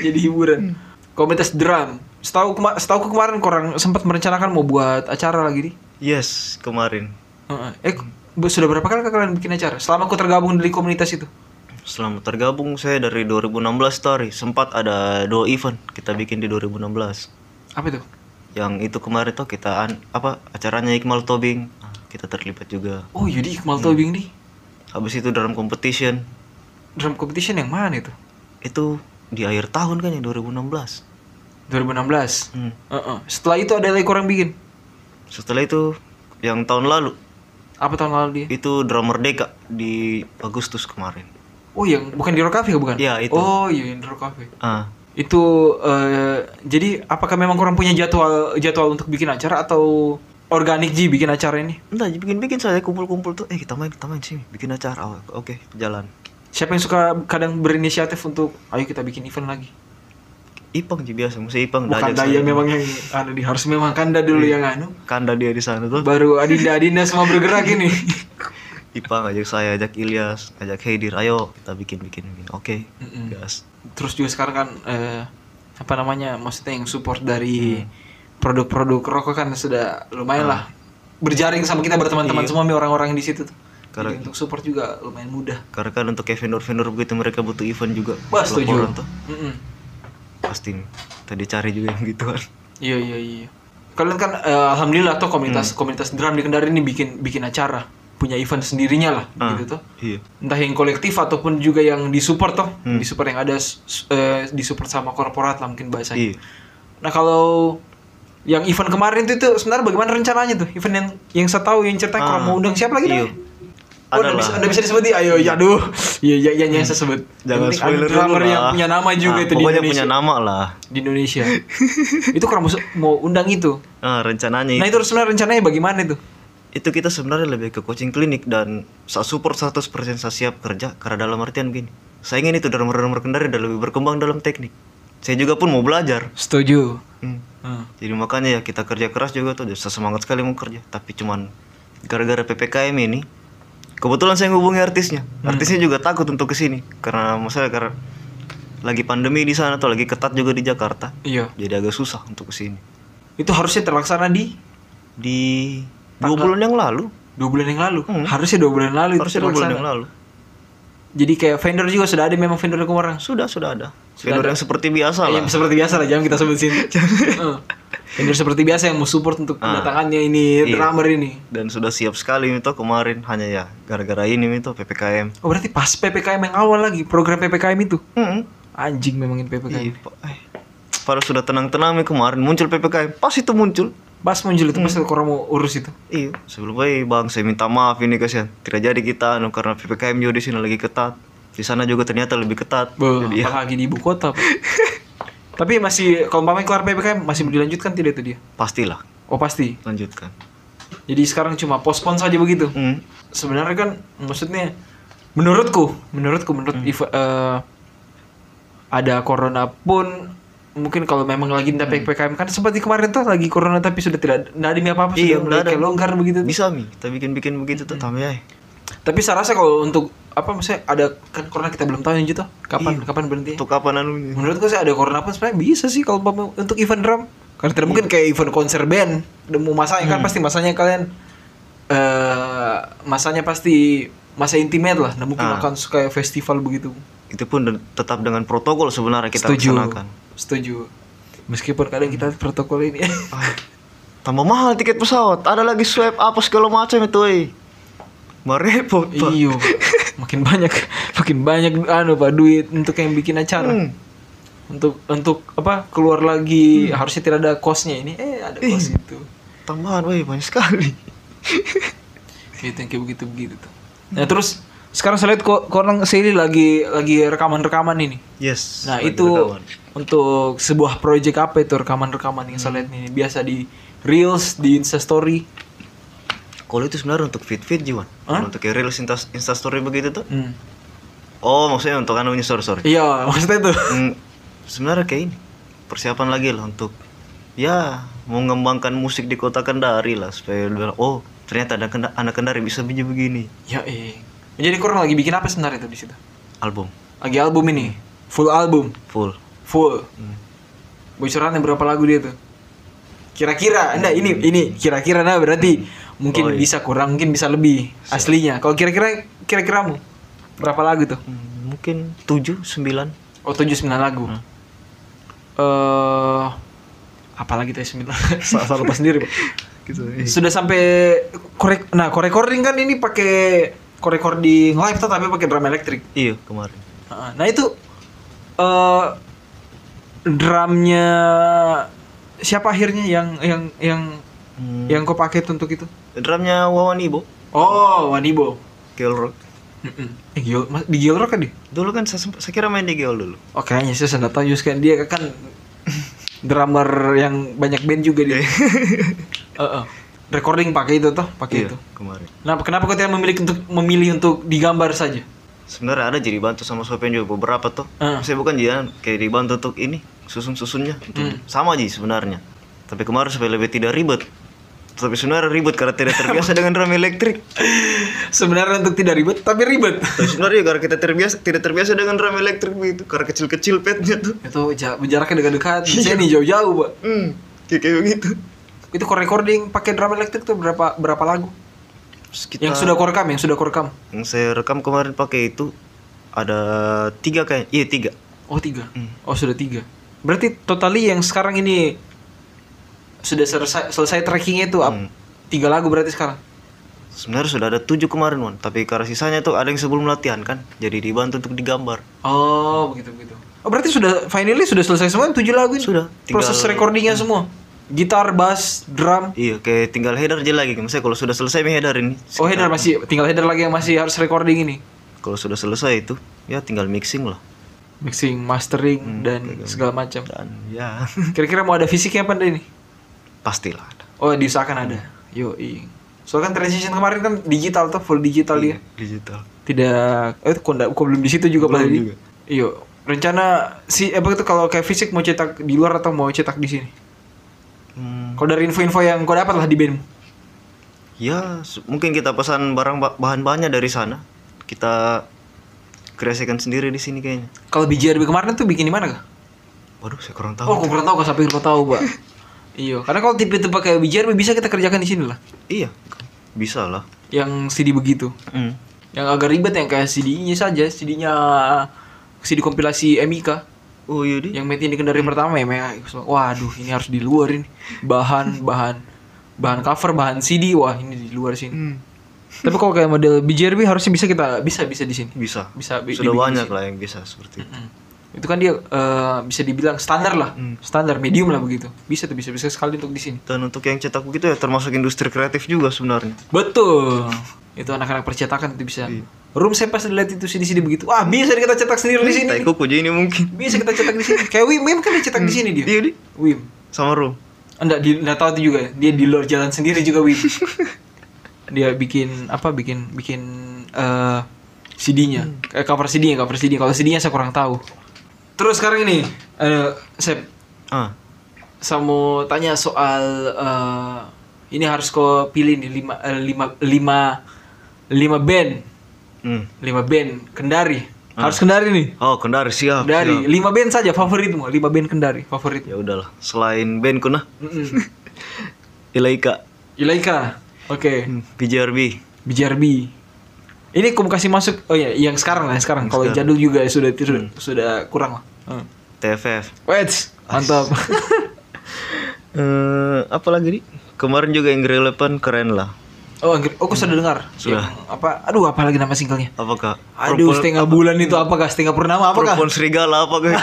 S1: Jadi hiburan. Komunitas drum. Setahu kema setahu kemarin orang sempat merencanakan mau buat acara lagi nih.
S2: Yes, kemarin
S1: Heeh. Eh bu- sudah berapa kali kalian bikin acara? Selama aku tergabung di komunitas itu.
S2: selama tergabung saya dari 2016 tari sempat ada dua event kita bikin di 2016
S1: Apa itu?
S2: yang itu kemarin tuh kita an- apa acaranya Iqmal Tobing Nah, kita terlibat juga
S1: Oh Yudi
S2: Hmm.
S1: Iqbal Tobing nih.
S2: habis itu dalam competition
S1: Drum competition yang mana itu?
S2: itu di akhir tahun kan ya 2016
S1: 2016.
S2: Hmm.
S1: Heeh. Setelah itu ada lagi orang bikin.
S2: setelah itu yang tahun lalu
S1: Apa tahun lalu dia?
S2: itu drummer Deka di Agustus kemarin
S1: Oh yang bukan di Rock Cafe bukan?
S2: Iya, itu.
S1: Oh iya yang di Rock Cafe.
S2: ah
S1: Itu eh, jadi apakah memang kurang punya jadwal jadwal untuk bikin acara atau organik ji bikin acara ini?
S2: Entah, bikin-bikin saya kumpul-kumpul tuh, eh kita main, kita main sini, bikin acara, Oh, oke, jalan.
S1: Siapa yang suka kadang berinisiatif untuk ayo kita bikin event lagi?
S2: Ipang sih biasa, mesti Ipang
S1: Bukan
S2: diajak
S1: Daya
S2: saya. Iya.
S1: memang yang anu di harus memang Kanda dulu yang anu.
S2: Kanda dia di sana tuh,
S1: Baru Adinda Adinda semua bergerak ini.
S2: Ipang ajak saya, ajak Ilyas, ajak Heidir, ayo kita bikin-bikin, bikin. oke,
S1: Mm-mm.
S2: gas.
S1: Terus juga sekarang kan eh, apa namanya? Maksudnya yang support dari produk-produk rokok kan sudah lumayan lah berjaring sama kita berteman-teman semua mi orang-orang yang di situ tuh.
S2: Karena-
S1: Jadi untuk support juga lumayan mudah.
S2: Karena kan untuk kayak vendor-vendor begitu mereka butuh event juga.
S1: Wah, setuju.
S2: Laporan tuh,
S1: Mm-mm.
S2: pasti nih. Tadi cari juga yang gituan.
S1: Iya iya iya. Kalian kan eh, alhamdulillah tuh komunitas komunitas drum di Kendari ini bikin bikin acara, punya event sendirinya lah
S2: Ah,
S1: gitu tuh.
S2: Iya.
S1: Entah yang kolektif ataupun juga yang disupport toh, disupport yang ada s- s- eh, disupport sama korporat lah mungkin bahasanya.
S2: Iya.
S1: Nah, kalau yang event kemarin tuh itu sebenarnya bagaimana rencananya tuh? Event yang yang saya tahu yang cerita kurang mau undang siapa lagi
S2: Iya.
S1: dah? Oh, udah
S2: Ada
S1: bisa,
S2: lah. Hmm.
S1: udah bisa disebutin. Ayo, ya aduh. Iya, iya, iya, yang saya sebut.
S2: Jangan
S1: Yang penting ada
S2: spoiler
S1: drummer
S2: dulu lah.
S1: yang punya nama juga
S2: Ah,
S1: itu di
S2: Pokoknya
S1: Indonesia.
S2: punya nama lah.
S1: Di Indonesia. itu kurang masuk- mau undang itu.
S2: Nah, rencananya
S1: Nah itu sebenarnya rencananya bagaimana itu?
S2: itu kita sebenarnya lebih ke coaching klinik dan saya support 100% saya siap kerja karena dalam artian begini saya ingin itu drummer-drummer kendari dan lebih berkembang dalam teknik saya juga pun mau belajar
S1: Setuju.
S2: Hmm. jadi makanya ya kita kerja keras juga tuh saya semangat sekali mau kerja tapi cuman gara-gara PPKM ini kebetulan saya ngubungi artisnya
S1: Hmm.
S2: artisnya juga takut untuk kesini karena masalah karena lagi pandemi di sana tuh lagi ketat juga di Jakarta
S1: Iya.
S2: jadi agak susah untuk kesini
S1: Itu harusnya terlaksana di
S2: di dua bulan yang lalu
S1: dua bulan yang lalu. Harusnya dua bulan lalu
S2: Hmm. harusnya
S1: itu
S2: dua bulan
S1: terlaksana.
S2: yang lalu
S1: Jadi kayak vendor juga sudah ada memang vendor kemarin.
S2: Sudah, sudah ada. vendor yang seperti biasa lah.
S1: Yang Iya, seperti biasa lah, jangan kita sebutin. Heeh. vendor seperti biasa yang mau support untuk kedatangannya ini drummer ini.
S2: Dan sudah siap sekali itu kemarin hanya ya gara-gara ini itu PPKM.
S1: Oh berarti pas ppkm yang awal lagi program ppkm itu
S2: Hmm.
S1: anjing memangin ppkm.
S2: eh. Iya, Pak. Eh, Padahal sudah tenang-tenang ya kemarin muncul PPKM. Pas itu muncul.
S1: Pas muncul itu pas korang mau urus itu.
S2: Iya, sebelum baik bang, saya minta maaf ini kasihan. Tidak jadi kita, anu, karena ppkm juga di sini lagi ketat. Di sana juga ternyata lebih ketat.
S1: Bah,
S2: Jadi ya,
S1: apalagi di ibu kota. Pak. Tapi masih kalau umpamanya keluar PPKM masih dilanjutkan tidak itu dia?
S2: pastilah
S1: Oh pasti.
S2: lanjutkan.
S1: Jadi sekarang cuma postpone saja begitu.
S2: Hmm.
S1: Sebenarnya kan maksudnya menurutku, menurutku menurut
S2: Hmm.
S1: Iva- eh, ada corona pun mungkin kalau memang lagi
S2: Hmm.
S1: ada PPKM kan seperti kemarin tuh lagi corona tapi sudah tidak ada demi apa-apa sudah
S2: Iya, nggak
S1: mulai
S2: ada.
S1: kayak longgar begitu. Iya.
S2: Bisa mi, kita bikin-bikin begitu tuh tambah ya.
S1: Tapi saya rasa kalau untuk apa maksudnya ada kan corona kita belum tahu yang gitu
S2: Iya.
S1: kapan kapan berhenti.
S2: Untuk kapan anu? ini?
S1: Menurutku sih ada corona pun sebenarnya bisa sih kalau umpama- untuk event drum. Karena tidak mungkin kayak event konser band, udah mau masanya
S2: Hmm.
S1: kan pasti masanya kalian eh masanya pasti masa intimate lah, nggak mungkin
S2: Ah.
S1: akan suka kayak festival begitu.
S2: Itu pun de- tetap dengan protokol sebenarnya kita laksanakan.
S1: Setuju. Meskipun kadang kita protokol ini.
S2: Ah, tambah mahal tiket pesawat. Ada lagi swab apa segala macam itu, eh. Merepot, Pak.
S1: iyo, Iya, makin banyak makin banyak anu Pak duit untuk yang bikin acara.
S2: Hmm.
S1: Untuk untuk apa keluar lagi harusnya tidak ada costnya ini. Eh ada cost itu.
S2: Tambahan, weh, banyak sekali.
S1: gitu yang kayak begitu begitu tuh nah terus sekarang saya lihat kok kok orang Sally lagi lagi rekaman rekaman ini
S2: Yes.
S1: nah
S2: bagi
S1: itu
S2: rekaman.
S1: untuk sebuah project apa itu rekaman rekaman yang saya lihat ini biasa di reels di instastory
S2: Kalau itu sebenarnya untuk fit-fit jiwan.
S1: Hah?
S2: Untuk yang reels insta, instastory begitu tuh.
S1: hmm.
S2: Oh, maksudnya untuk anunya sorry sorry.
S1: iya maksudnya itu
S2: Hmm, sebenarnya kayak ini persiapan lagi lah untuk ya mengembangkan musik di kota Kendari lah supaya lu bilang, oh ternyata ada kenda- anak Kendari bisa biji begini
S1: ya eh jadi kurang lagi bikin apa sebenarnya itu di situ
S2: album
S1: lagi album ini full album
S2: full.
S1: full bocorannya berapa lagu dia tuh kira-kira enggak ini ini kira-kira nah berarti mungkin
S2: Oh, iya.
S1: bisa kurang mungkin bisa lebih aslinya kalau kira-kira kira-kiramu berapa lagu tuh
S2: Hmm, mungkin 7 9
S1: oh tujuh sembilan lagu eh apalagi tuh sembilan salah lupa sendiri Pak.
S2: gitu.
S1: sudah sampai korek nah korekording kan ini pakai korekording live tuh tapi pakai drum elektrik
S2: Iya, kemarin.
S1: Heeh. Nah itu eh drumnya siapa akhirnya yang yang yang
S2: Hmm,
S1: yang kau pakai tuh untuk itu?
S2: drumnya Wawan Ibo,
S1: Oh, Wanibo.
S2: Gel Rock.
S1: Mm-mm. Eh, Gil- Mas- di Gilro kan dia?
S2: Dulu kan saya, sempat- saya kira main di Gel dulu.
S1: Oh kayaknya saya sudah tahu Yus, kan dia kan drummer yang banyak band juga dia. Iya. Heeh. Iya. Recording pakai itu toh, pakai itu.
S2: Iya, kemarin.
S1: Nah, kenapa kau tidak memilih untuk memilih untuk digambar saja?
S2: Sebenarnya ada jadi bantu sama Sofian juga beberapa tuh.
S1: Ah.
S2: Saya bukan jadi kayak dibantu untuk ini susun-susunnya.
S1: Hmm.
S2: Untuk- Sama aja sebenarnya. Tapi kemarin supaya lebih tidak ribet. Tapi sebenarnya ribet karena tidak terbiasa dengan drum elektrik.
S1: Sebenarnya untuk tidak ribet, tapi ribet.
S2: Tapi sebenarnya karena kita terbiasa tidak terbiasa dengan drum elektrik begitu karena kecil-kecil petnya tuh.
S1: Itu ja- jaraknya dekat-dekat, saya nih jauh-jauh, Pak.
S2: Hmm, kayak kayak begitu.
S1: itu core recording pakai drum elektrik tuh berapa berapa lagu
S2: Terus kita-
S1: yang sudah korekam yang sudah korekam
S2: yang saya rekam kemarin pakai itu ada tiga kayak iya tiga
S1: oh tiga
S2: Hmm.
S1: oh sudah tiga berarti totally yang sekarang ini sudah selesai selesai trackingnya itu apa
S2: Hmm.
S1: tiga lagu berarti sekarang
S2: sebenarnya sudah ada tujuh kemarin Wan. tapi karena sisanya tuh ada yang sebelum latihan kan jadi dibantu untuk digambar
S1: oh begitu begitu oh berarti sudah finally sudah selesai semua tujuh lagu ini
S2: Sudah, tinggal-
S1: proses recordingnya semua gitar bass drum
S2: Iya, kayak tinggal header aja lagi. Misalnya kalau sudah selesai nih header ini.
S1: oh header masih tinggal header lagi yang masih harus recording ini
S2: Kalau sudah selesai itu, ya tinggal mixing lah.
S1: mixing mastering
S2: Hmm,
S1: dan segala macam
S2: Dan ya
S1: kira-kira mau ada fisiknya apa enggak ini
S2: pastilah ada.
S1: Oh, diusahakan ada. Yo, Soalnya kan transition kemarin kan digital tuh full digital dia.
S2: Iya. Digital.
S1: Tidak eh kok, ndak- kok belum di situ juga
S2: Belum
S1: Pak Didi?
S2: juga.
S1: Iyo, rencana si eh, apa itu kalau kayak fisik mau cetak di luar atau mau cetak di sini?
S2: Hmm,
S1: Kalau dari info-info yang kau dapat lah di band.
S2: ya se- mungkin kita pesan barang ba- bahan-bahannya dari sana. Kita kreasikan sendiri di sini kayaknya.
S1: Kalau BJRB kemarin tuh bikin di mana kah?
S2: Waduh, saya kurang
S1: Oh,
S2: tahu.
S1: kau kurang tahu kau sampai kau tahu, Pak. Iyo, karena kalau tipe tipe kayak BJRB bisa kita kerjakan di sini lah.
S2: Iya, bisa lah.
S1: Yang CD begitu.
S2: Hmm.
S1: Yang agak ribet yang kayak CD-nya saja, CD-nya CD kompilasi MIK.
S2: Oh iya di.
S1: yang made in di kendari pertama ya Mea. waduh ini harus di luar ini bahan bahan bahan cover bahan CD wah ini di luar
S2: Hmm.
S1: sini tapi kalau kayak model BJRB harusnya bisa kita bisa bisa di sini
S2: Bisa.
S1: Bisa bi-
S2: Sudah
S1: dibikin
S2: banyak lah yang bisa seperti itu.
S1: Mm. itu kan dia eh, bisa dibilang standar lah standar medium lah begitu bisa tuh bisa bisa sekali untuk di sini
S2: Dan untuk yang cetak buku itu ya termasuk industri kreatif juga sebenarnya.
S1: betul itu anak-anak percetakan itu bisa room saya pas lihat itu sini sini begitu wah bisa kita cetak sendiri
S2: Iya,
S1: di sini
S2: Taiko Koji ini mungkin.
S1: bisa kita cetak di sini kayak Wim Wim kan dia cetak di sini dia
S2: Iya, Di.
S1: Wim
S2: Sama Ru.
S1: enggak di enggak tahu itu juga ya. dia di luar jalan sendiri juga Wim dia bikin apa bikin bikin eh CD-nya eh, cover CD-nya cover CD kalau CD-nya saya kurang tahu terus sekarang ini eh saya
S2: Ah.
S1: saya mau tanya soal eh, ini harus kau pilih nih lima eh, lima lima lima band
S2: Hmm.
S1: lima band kendari harus kendari nih
S2: Oh, Kendari siap.
S1: kendari lima band saja favoritmu lima band kendari favorit
S2: Ya udahlah, selain bandku nah,
S1: Mm-mm.
S2: Ilaika,
S1: Ilaika oke
S2: PJRB.
S1: BJRB. Ini aku kasih masuk oh ya yang sekarang lah yang sekarang. Kalau yang jadul juga sudah sudah, sudah kurang lah. Hmm.
S2: TFF.
S1: Wait, mantap.
S2: Eh, apa lagi, Di? Kemarin juga yang relevan keren lah.
S1: oh, angger- oh, aku sudah dengar.
S2: Hmm. Sudah.
S1: Yang apa? Aduh, apa lagi nama singlenya?
S2: Apakah?
S1: Aduh, setengah bulan itu apakah? Setengah purnama apakah?
S2: Perempuan serigala apa kayak?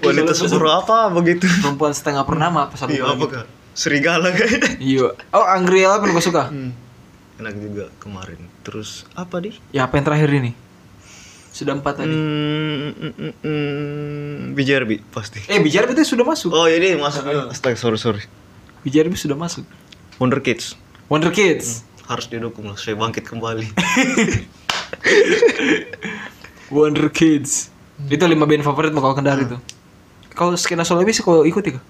S1: Iya,
S2: Wanita sepuro apa begitu?
S1: Perempuan setengah purnama apa satu
S2: Iya,
S1: bulan?
S2: apa kak? Serigala kayaknya.
S1: Iya. Oh, Anggrela apa yang kau suka?
S2: Hmm. Enak juga kemarin. Terus apa, Di?
S1: Ya, apa yang terakhir ini? Sudah empat tadi.
S2: Hmm, mm, mm, mm, BJRB pasti.
S1: Eh, bicara itu sudah masuk.
S2: Oh, ini masuk. Astaga, sorry, sorry.
S1: Bicara sudah masuk.
S2: Wonder Kids
S1: Wonder
S2: Hmm.
S1: Kids.
S2: harus didukung lah saya bangkit kembali.
S1: Wonder Kids. Hmm. Itu lima band favorit kalau Kendari itu. Kalau skena Sulawesi kalau ikuti kah?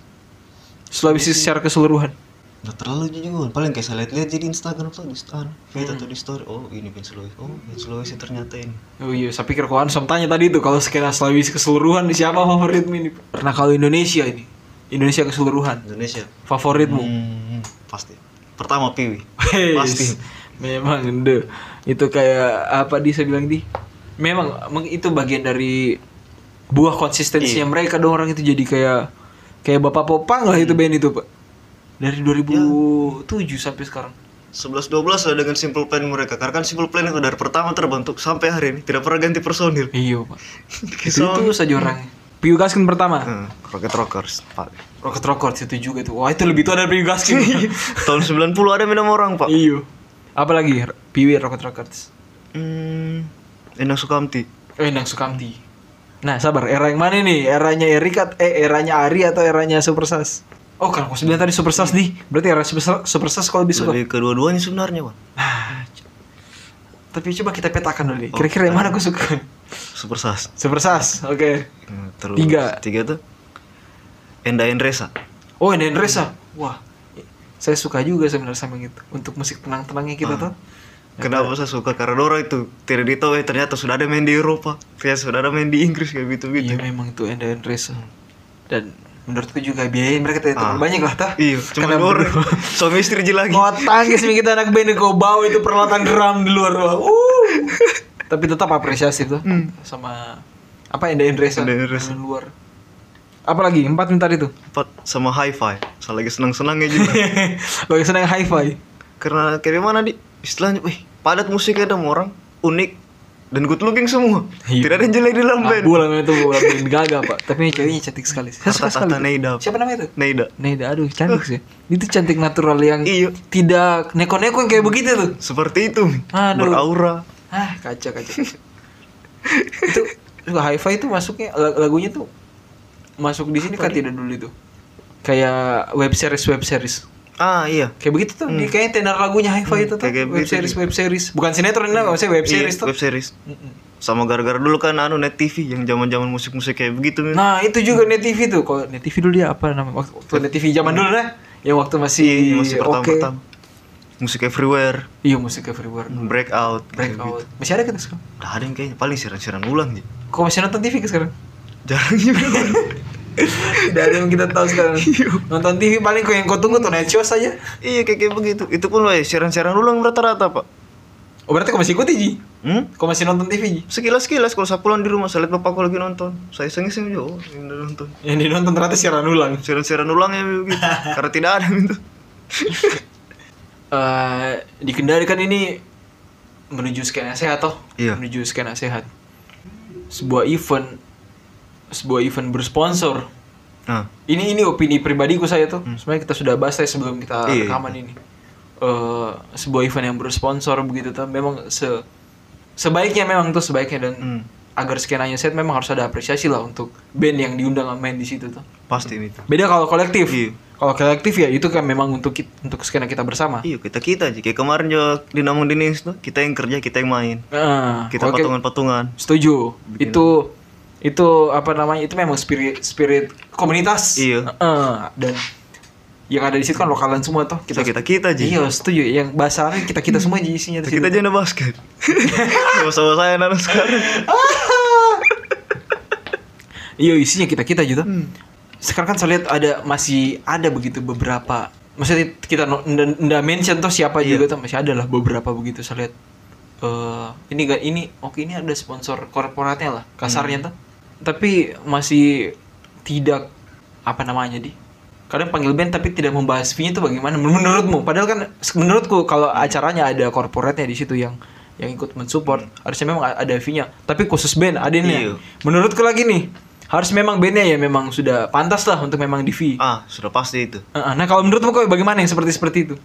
S1: Sulawesi secara keseluruhan.
S2: Nggak terlalu juga, paling kayak saya lihat-lihat jadi Instagram tuh di stan, Lihat atau di story, oh ini band Sulawesi, oh band Sulawesi ternyata ini.
S1: Oh iya, saya pikir kawan sama tanya tadi itu kalau skena Sulawesi keseluruhan siapa favoritmu ini? Pernah kalau Indonesia ini. Indonesia keseluruhan.
S2: Indonesia.
S1: Favoritmu.
S2: Hmm, pasti. Pertama Piwi.
S1: Wes,
S2: Pasti.
S1: Memang ende. Itu kayak apa di saya bilang di? Memang emang itu bagian dari buah konsistensinya mereka dong orang itu jadi kayak kayak Bapak Popang lah itu band itu, Pak. Dari 2007 sampai sekarang.
S2: 11-12 lah dengan simple plan mereka Karena kan simple plan itu dari pertama terbentuk sampai hari ini Tidak pernah ganti personil
S1: Iya, Pak. Hmm. Itu,
S2: Kisah
S1: itu saja orangnya. Piu Gaskin pertama,
S2: Hmm, Rocket Rockers Pak
S1: Rocket Records itu juga itu. Wah, itu lebih tua dari Piu Gaskin.
S2: Tahun 90 ada minum orang pak
S1: iya. Apalagi Piwi Rocket Records.
S2: hmm, Endang Sukamti
S1: Oh, Endang Sukamti. Nah, sabar. Era yang mana nih? Eranya Erik at- eh eranya Ari atau eranya Super Sas? Oh, kan aku bilang tadi Super Sas di. Berarti era Super Sas- Super Sas kalau lebih suka.
S2: Lebih kedua-duanya sebenarnya pak
S1: Nah, c- tapi coba kita petakan
S2: Oh.
S1: dulu. deh. Kira-kira yang mana aku suka?
S2: Super Sas
S1: Super Sas. Oke.
S2: Hmm, terus
S1: Tiga.
S2: Tiga tuh Enda Endresa
S1: Oh, Enden Reza. Wah. Saya suka juga sebenarnya sama yang itu. Untuk musik tenang-tenangnya
S2: Ah,
S1: kita tuh.
S2: Kenapa saya suka karena Dora itu tidak ditahu eh, ternyata sudah ada main di Eropa Ternyata sudah ada main di Inggris kayak gitu-gitu
S1: Iya, memang itu Enden Reza. Dan menurutku juga biayain mereka tidak terlalu banyak lah tah.
S2: Iya, cuma
S1: Karena
S2: Dora Suami istri aja lagi
S1: Mau tangis nih kita anak band kau bawa itu peralatan drum di luar ruang. Uh. Tapi tetap apresiasi tuh sama apa Enda Endresa
S2: Hmm. Enda Endresa.
S1: di luar. Apalagi empat bentar itu.
S2: Empat sama hi-fi Saya lagi senang-senangnya juga
S1: Lagi senang hi-fi.
S2: Karena kayak gimana di Istilahnya wih Padat musiknya ada orang Unik Dan good looking semua
S1: Iya.
S2: Tidak ada yang jelek di dalam
S1: Ah,
S2: band
S1: bulan itu bulan band gaga pak. Tapi ceweknya cantik sekali. Saya suka
S2: Tata
S1: sekali.
S2: Tata Neida
S1: Siapa namanya itu?
S2: Neida
S1: Neida, aduh cantik sih. Itu cantik natural yang
S2: Iya
S1: tidak neko-neko yang kayak begitu tuh.
S2: Seperti itu Mi.
S1: Aduh.
S2: Beraura
S1: Ah, kaca kaca. kaca. itu suka hi-fi itu masuknya lag- lagunya tuh masuk di sini kan tidak dulu itu. Kayak web series web series.
S2: Ah iya
S1: Kayak begitu tuh, di kayak tenar lagunya hi-fi itu tuh.
S2: kayak
S1: Web
S2: gitu
S1: series
S2: dia.
S1: web series. Bukan sinetron enggak, maksudnya web
S2: Iya,
S1: series tuh.
S2: Web series Sama gara-gara dulu kan anu net TV Yang zaman-zaman musik-musik kayak begitu Mi.
S1: Nah, itu juga Net TV tuh. Kalau Net TV dulu dia apa namanya? Waktu, waktu Net TV zaman dulu dah. Yang waktu masih
S2: Iya, Masih
S1: oke.
S2: pertama-pertama Musik everywhere
S1: Iya, musik everywhere.
S2: Breakout kayak gitu.
S1: Breakout. Masih ada kan sekarang?
S2: Nggak ada yang kayaknya Paling siaran-siaran ulang sih
S1: Kok masih nonton TV sekarang?
S2: Jarang juga
S1: Tidak ada yang kita tahu sekarang. Nonton TV paling kau yang kau tunggu tuh Night Show saja.
S2: Iya kayak kayak begitu. Itu pun weh siaran-siaran ulang rata-rata, Pak.
S1: Oh berarti kau masih ikuti Ji?
S2: Hmm?
S1: Kau masih nonton TV Ji?
S2: Sekilas-kilas kalau saya pulang di rumah, saya lihat bapakku lagi nonton. Saya iseng-iseng aja, oh, ini udah nonton.
S1: Yang dinonton ternyata siaran ulang
S2: Siaran-siaran ulang ya begitu. Karena tidak ada gitu. itu.
S1: Di Kendari kan Eh, ini menuju skena sehat toh
S2: Iya.
S1: Menuju skena sehat Sebuah event sebuah event bersponsor.
S2: Nah,
S1: Ini ini opini pribadiku saya tuh. Sebenarnya kita sudah bahas ya sebelum kita
S2: Hmm. Iya, iya.
S1: rekaman ini. Eh, sebuah event yang bersponsor begitu tuh memang se sebaiknya memang tuh sebaiknya dan
S2: Hmm.
S1: agar skenanya set memang harus ada apresiasi lah untuk band yang diundang main di situ tuh.
S2: pasti gitu. itu.
S1: Beda kalau kolektif.
S2: Iya.
S1: Kalau kolektif ya itu kan memang untuk kit- untuk skena kita bersama.
S2: Iya, kita kita aja kayak kemarin ya, juga di Namun Dinis tuh, gitu. kita yang kerja, kita yang main.
S1: Nah, kalau
S2: Kita
S1: kayak-
S2: patungan-patungan.
S1: Setuju. Itu itu apa namanya? Itu memang spirit spirit komunitas.
S2: Iya.
S1: Heeh. dan yang ada di situ kan lokalan semua toh.
S2: Kita kita kita aja.
S1: Iya, setuju. Yang bahasa Arab kita kita semua di isinya di
S2: Kita
S1: situ.
S2: aja anak basket. Sama-sama saya anak sekarang.
S1: Iya, isinya kita kita gitu. Sekarang kan saya lihat ada masih ada begitu beberapa. Maksudnya kita no- nda nda mention toh siapa juga tuh masih ada lah beberapa begitu saya lihat. eh ini ga- ini oke ini ada sponsor korporatnya lah kasarnya tuh. Tapi masih tidak apa namanya di kadang panggil band tapi tidak membahas fee-nya itu bagaimana Men- menurutmu padahal kan se- menurutku kalau acaranya ada korporatnya di situ yang yang ikut mensupport harusnya memang a- ada fee-nya tapi khusus band ada ini
S2: Iya.
S1: ya. menurutku lagi nih harus memang bandnya ya memang sudah pantas lah untuk memang di fee
S2: Ah, sudah pasti itu.
S1: Heeh, nah kalau menurutmu kok bagaimana yang seperti seperti itu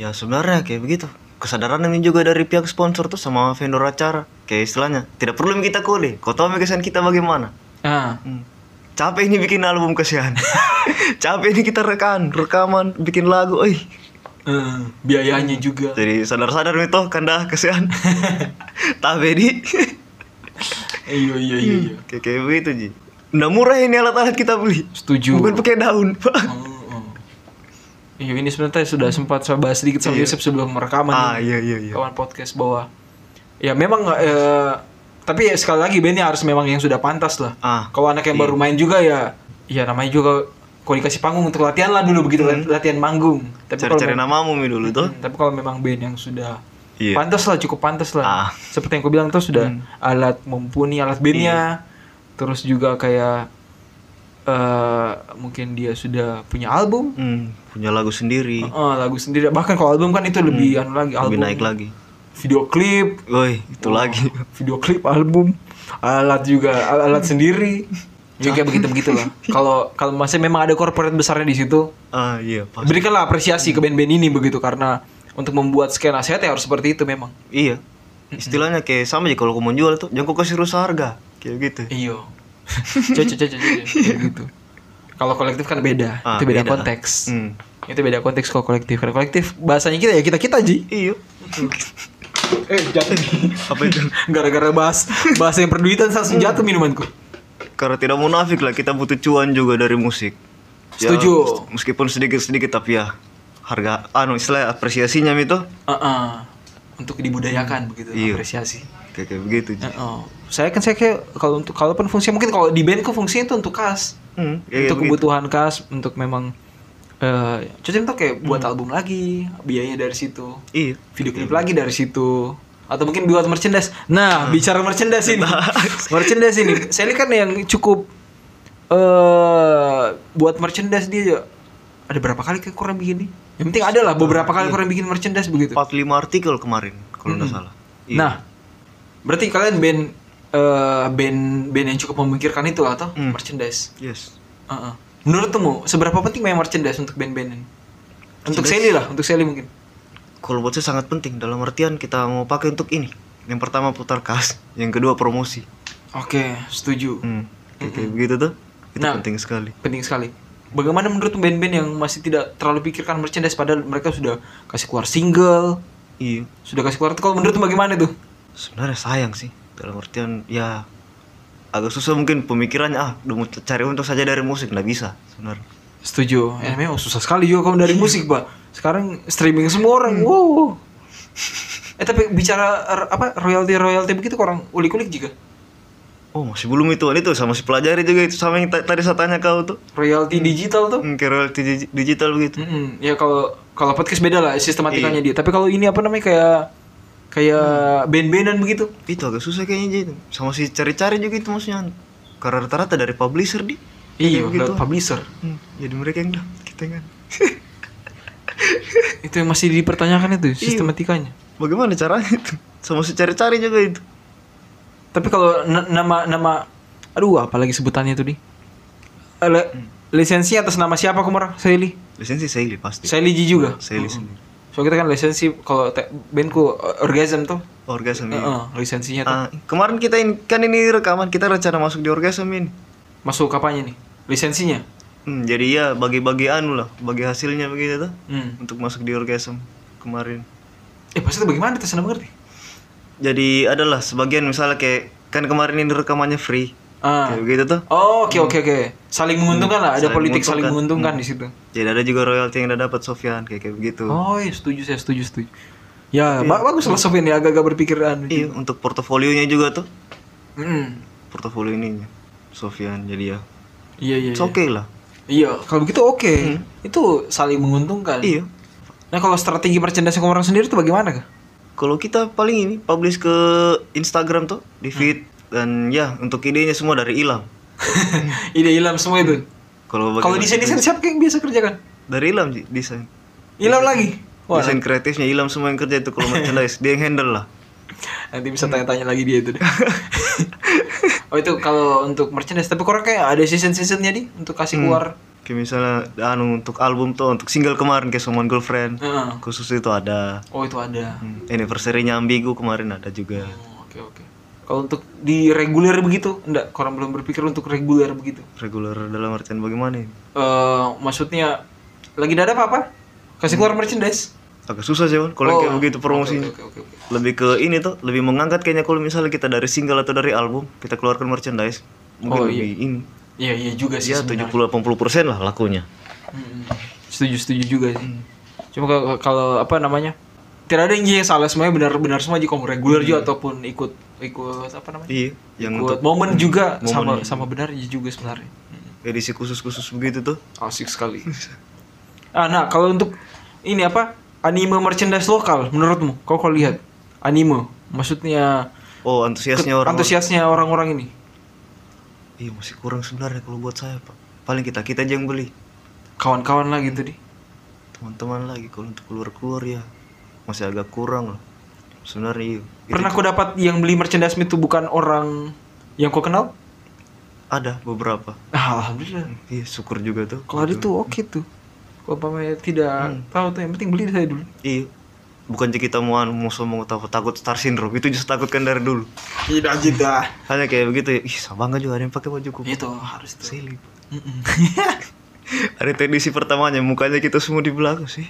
S2: Ya sebenarnya kayak begitu. Kesadaran ini juga dari pihak sponsor tuh sama vendor acara. Kayak istilahnya, tidak perlu kita kode. Kau tahu kesan kita bagaimana?
S1: nah
S2: Hmm. Capek ini bikin album kesian. Capek ini kita rekan, rekaman, bikin lagu. Eh,
S1: eh, biayanya juga
S2: jadi sadar-sadar itu kandah kesian. Tapi di
S1: iya iya iya iya.
S2: kayak kayak begitu ji. Nggak murah ini alat-alat kita beli.
S1: setuju
S2: Bukan pakai daun.
S1: Oh,
S2: Pak.
S1: Heeh. Iya ini sebenarnya sudah sempat saya bahas sedikit sama Oh, Yusuf sebelum merekaman
S2: Iya. ah
S1: ini.
S2: iya iya iya.
S1: kawan podcast bahwa ya memang eh, tapi ya sekali lagi bandnya harus memang yang sudah pantas lah.
S2: Ah,
S1: Kalau anak yang baru main juga ya ya namanya juga kalau dikasih panggung untuk latihan lah dulu begitu lat- latihan manggung. Tapi kalau
S2: Hmm. cari-cari
S1: mem-
S2: namamu mi dulu tuh.
S1: tapi kalau memang band yang sudah
S2: Hmm. Iya.
S1: pantas lah cukup pantas lah.
S2: Ah. Hmm.
S1: Seperti yang aku bilang tuh sudah alat mumpuni alat bandnya,
S2: Iya.
S1: terus juga kayak eh mungkin dia sudah punya album,
S2: Hmm, punya lagu sendiri,
S1: eh, lagu sendiri. Bahkan kalau album kan itu lebih anu lagi
S2: Hmm. lebih
S1: album, Oh.
S2: naik lagi.
S1: video klip,
S2: Woi, itu lagi.
S1: video klip album alat juga al- alat sendiri ya kayak begitu begitulah kalau kalau masih memang ada corporate besarnya di situ
S2: Ah iya, pas.
S1: berikanlah apresiasi ke band-band ini begitu karena untuk membuat skena sehat ya harus seperti itu memang
S2: Iya. Istilahnya kayak sama aja kalau kau mau jual tuh, jangan kau kasih rusak harga. Kayak gitu.
S1: iyo Iya. cocok cocok cocok kayak gitu kalau kolektif kan beda
S2: Ah,
S1: itu beda,
S2: beda.
S1: konteks
S2: Hmm.
S1: itu beda konteks kalau kolektif karena kolektif bahasanya kita ya kita kita ji
S2: Iya.
S1: eh jatuh
S2: Apa itu?
S1: gara-gara bahas bahasa yang perduitan langsung jatuh minumanku
S2: Hmm. Karena tidak munafik lah, kita butuh cuan juga dari musik. Ya,
S1: Setuju.
S2: mes- meskipun sedikit-sedikit tapi ya harga anu istilah apresiasinya Mi, tuh
S1: Heeh. Ah, untuk dibudayakan begitu
S2: Iya.
S1: apresiasi
S2: kayak, kayak begitu. Ji.
S1: Heeh. saya kan saya kayak kalau untuk kalaupun fungsi mungkin kalau di band ke fungsinya itu untuk kas
S2: Hmm, kayak
S1: untuk
S2: begitu.
S1: kebutuhan kas untuk memang eh cocok tuh kayak
S2: Hmm.
S1: buat album lagi biayanya dari situ
S2: Iya.
S1: video klip lagi dari situ atau mungkin buat merchandise nah bicara merchandise ini merchandise ini saya lihat kan yang cukup eh buat merchandise dia ya. ada berapa kali kayak kurang bikin nih yang penting ada lah beberapa kali kurang bikin merchandise begitu
S2: 45 artikel kemarin kalau nggak salah. Iya.
S1: Gitu. Nah, berarti kalian band eh, band band yang cukup memikirkan itu lah, atau
S2: Hmm.
S1: merchandise.
S2: yes.
S1: Heeh. Menurutmu seberapa penting main merchandise untuk band-band ini? Untuk Sally lah, untuk Sally mungkin.
S2: Kalau buat saya sangat penting dalam artian kita mau pakai untuk ini. Yang pertama putar kas, yang kedua promosi.
S1: Oke, setuju.
S2: Hmm. Kayak, kayak begitu tuh. Itu
S1: Nah.
S2: penting sekali.
S1: Penting sekali. Bagaimana menurut band-band yang masih tidak terlalu pikirkan merchandise padahal mereka sudah kasih keluar single,
S2: Iya.
S1: sudah kasih keluar kalau menurut bagaimana tuh?
S2: Sebenarnya sayang sih dalam artian ya agak susah mungkin pemikirannya ah udah mau cari untung saja dari musik nggak bisa sebenarnya.
S1: Setuju. Ya, memang susah sekali juga kamu dari musik, Pak. Sekarang streaming semua
S2: Hmm.
S1: orang. Wow. Eh tapi bicara er, apa royalti royalti begitu kok orang ulik-ulik juga.
S2: Oh masih belum itu itu sama si pelajari juga itu sama yang ta- tadi saya tanya kau tuh
S1: Royalti digital tuh.
S2: hmm, kayak royalty digi- digital begitu.
S1: Mm-mm. Ya kalau kalau podcast beda lah
S2: Iya.
S1: sistematikanya dia. Tapi kalau ini apa namanya kayak kayak
S2: Hmm.
S1: band-bandan begitu.
S2: Itu agak susah kayaknya Ji, itu sama si cari-cari juga itu maksudnya anu. karena rata-rata dari publisher di.
S1: Iya,
S2: begitu.
S1: lewat publisher.
S2: Hmm, jadi mereka yang dah kita kan.
S1: Itu yang masih dipertanyakan itu
S2: Iya.
S1: sistematikanya.
S2: Bagaimana caranya itu? Sama si cari-cari juga itu.
S1: Tapi kalau na- nama nama aduh apalagi sebutannya tuh di Eh, Le, lisensi atas nama siapa kemarin Sally
S2: Lisensi Sally pasti.
S1: Sally Ji juga
S2: Sally sendiri.
S1: so kita kan lisensi kalau te- bandku uh, orgasm tuh
S2: Orgasm. ini.
S1: Heeh, lisensinya Iya tuh
S2: Ah, kemarin kita in- kan ini rekaman kita rencana masuk di orgasm ini.
S1: masuk apanya nih lisensinya
S2: Hmm, jadi ya bagi-bagi anu lah, bagi hasilnya begitu tuh
S1: hmm.
S2: untuk masuk di orgasm kemarin.
S1: eh maksudnya bagaimana kita senang ngerti
S2: Jadi adalah sebagian misalnya kayak kan kemarin ini rekamannya free.
S1: ah
S2: Kayak begitu tuh.
S1: Oh, oke oke oke. Saling menguntungkan lah, ada
S2: Hmm. Saling
S1: politik saling
S2: menguntungkan. Hmm.
S1: menguntungkan di situ.
S2: Jadi ada juga royalti yang udah dapat Sofyan kayak kayak begitu.
S1: Oh, iya, setuju saya setuju setuju. Ya, ba- bagus lah Sofian ya agak-agak berpikiran.
S2: Iya, untuk portofolionya juga tuh.
S1: Mm.
S2: Portofolio ininya Sofyan jadi ya.
S1: Iya iya.
S2: It's
S1: iya.
S2: okay lah.
S1: Iya, kalau begitu oke. Itu saling menguntungkan.
S2: Hmm. Iya.
S1: Nah, kalau strategi percendasan orang sendiri itu bagaimana kah?
S2: Kalau kita paling ini publish ke Instagram tuh
S1: Hmm.
S2: di feed dan ya untuk idenya semua dari Ilham.
S1: Ide Ilham semua itu. Kalau
S2: Kalau Hmm. bagaimana-
S1: desain desain siapa yang biasa kerjakan?
S2: dari Ilham sih desain.
S1: Ilham
S2: Iya.
S1: lagi. Wah,
S2: Desain kreatifnya Ilham semua yang kerja itu kalau merchandise dia yang handle lah.
S1: nanti bisa tanya-tanya lagi dia itu deh. oh itu kalau untuk merchandise tapi kurang kayak ada season-seasonnya nih untuk
S2: Hmm.
S1: kasih keluar.
S2: Kayak misalnya anu untuk album tuh untuk single kemarin kayak Someone Girlfriend
S1: Heeh.
S2: khusus itu ada.
S1: Oh itu ada.
S2: Hmm, Anniversary-nya Ambigu kemarin ada juga.
S1: Oh, Oke oke. Kalau untuk di reguler begitu, enggak, orang belum berpikir untuk reguler begitu.
S2: Regular dalam artian bagaimana ini?
S1: Eh maksudnya lagi ada apa-apa? Kasih keluar merchandise.
S2: Agak susah sih, Wan, kalau kayak begitu promosinya.
S1: Oh, Oke oke oke.
S2: lebih ke ini tuh lebih mengangkat kayaknya kalau misalnya kita dari single atau dari album kita keluarkan merchandise mungkin lebih ini
S1: Oh, Iya iya juga sih.
S2: ya 70 80 persen lah lakunya
S1: Mm-mm. Setuju setuju juga sih. Cuma kalau- kalau apa namanya? Tidak ada yang yang salah semuanya benar-benar semua jika reguler juga ataupun ikut ikut apa namanya?
S2: iya yang
S1: Iya. Ikut momen juga sama sama benar juga sebenarnya.
S2: edisi khusus khusus begitu tuh
S1: Asik sekali. ah, nah kalau untuk ini apa anime merchandise lokal menurutmu? Kau kalau lihat anime, maksudnya
S2: oh antusiasnya orang
S1: antusiasnya orang-orang ini.
S2: iya masih kurang sebenarnya kalau buat saya pak paling kita kita aja yang beli
S1: Kawan-kawan lah gitu di.
S2: teman-teman lagi kalau untuk keluar keluar ya masih agak kurang lah sebenarnya iya Itu
S1: Pernah kau dapat yang beli merchandise itu bukan orang yang kau kenal?
S2: ada beberapa
S1: Ah, alhamdulillah.
S2: iya syukur juga tuh
S1: Kalau ada tuh oke tuh. Kalau umpamanya tidak tahu tuh yang penting beli saya dulu.
S2: iya bukan kita mau anu, mau sombong atau takut star syndrome itu justru takutkan dari dulu
S1: Tidak kita.
S2: hanya kayak begitu ya ih sama juga ada yang pakai baju kupu
S1: Itu Gitu, harus tuh.
S2: silip
S1: Mm-mm.
S2: ada edisi pertamanya mukanya kita semua di belakang sih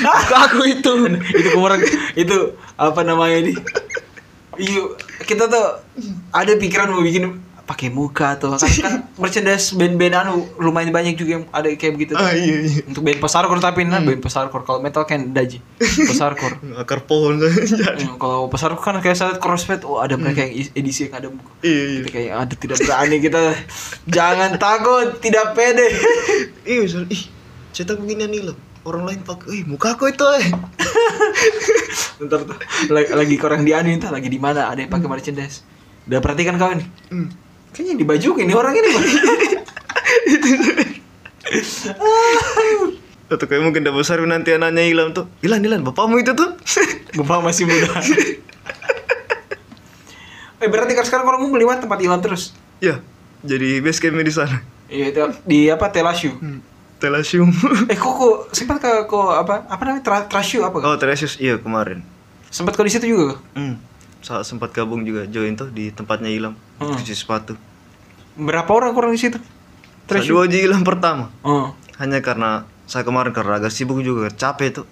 S1: Muka aku itu itu kemarin itu apa namanya di Iya, kita tuh ada pikiran mau bikin pakai muka atau kan, kan merchandise band-band anu lumayan banyak juga yang ada kayak begitu tuh.
S2: iya iya
S1: untuk band pasarkor tapi nah band pasarkor kalau metal kan daji pasarkor
S2: akar pohon kan. saja
S1: Hmm, kalau pasarkor kan kayak saat crossfit oh ada mereka yang is- edisi yang ada muka
S2: iya iya
S1: kita kayak ada tidak berani kita jangan takut tidak pede
S2: iya misal ih cetak beginian nih loh orang lain pakai ih muka aku itu eh
S1: ntar tuh, lagi, lagi orang di anu entah lagi di mana ada yang pakai merchandise udah perhatikan kawan nih
S2: Hmm.
S1: kayaknya yang dibajukin nih orang ini Bang.
S2: atau kayak mungkin udah besar nanti anaknya hilang tuh hilang hilang bapakmu itu tuh
S1: bapak masih muda eh berarti kan sekarang orang mau beli mana tempat hilang terus
S2: ya jadi base campnya di sana
S1: iya itu di apa telasyu
S2: telasium
S1: eh kok kok sempat ke kok apa apa namanya Tra- trasyu apa kok
S2: oh telasius iya kemarin
S1: sempat kau di situ juga kok?
S2: hmm. Sa- sempat gabung juga join tuh di tempatnya hilang
S1: Hmm.
S2: cuci sepatu
S1: berapa orang kurang di situ
S2: Sa-
S1: trasyu
S2: dua aja hilang pertama
S1: oh
S2: hanya karena saya kemarin karena agak sibuk juga capek tuh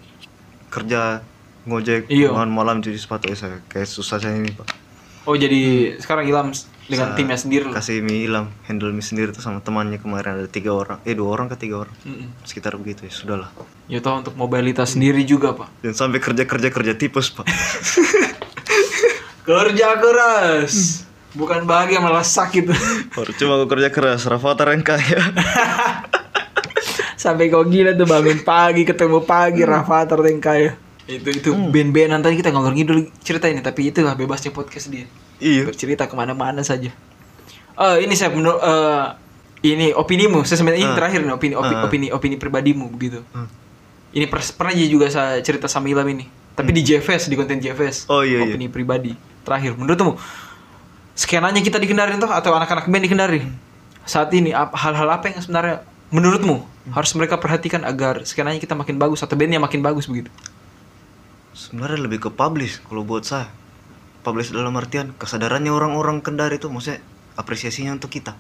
S2: kerja ngojek
S1: Iya.
S2: malam malam cuci sepatu eh, saya kayak susah saya ini pak
S1: oh jadi sekarang hilang dengan
S2: Sa-
S1: timnya sendiri lah
S2: kasih mie hilang handle mie sendiri tuh sama temannya kemarin ada tiga orang eh dua orang ke tiga orang
S1: Mm-mm.
S2: sekitar begitu ya sudahlah
S1: Ya tahu untuk mobilitas sendiri juga pak.
S2: dan sampai kerja kerja kerja tipes pak
S1: Kerja keras, bukan bahagia malah sakit.
S2: baru cuma aku kerja keras Rafathar yang kaya
S1: Sampai kau gila tuh bangun pagi ketemu pagi Rafa tertingkai. Hmm. Itu itu ben-benan tadi kita ngalor ngidul cerita ini tapi itulah bebasnya podcast dia.
S2: iya
S1: Bercerita kemana-mana saja. Eh ini saya menurut eh, ini opinimu. Saya sebenarnya ini terakhir nih opini opi-
S2: Ah.
S1: opini opini pribadimu begitu.
S2: Hmm.
S1: Ini pers- pernah juga saya cerita sama Ilham ini. Tapi di JFS, di konten JFS.
S2: Hmm. Oh, iya, iya.
S1: Opini pribadi. Terakhir menurutmu skenanya kita di Kendari toh atau anak-anak band di Kendari saat ini ap- hal-hal apa yang sebenarnya menurutmu harus mereka perhatikan agar skenanya kita makin bagus atau bandnya makin bagus begitu
S2: sebenarnya lebih ke publish kalau buat saya publish dalam artian kesadarannya orang-orang kendari itu maksudnya apresiasinya untuk kita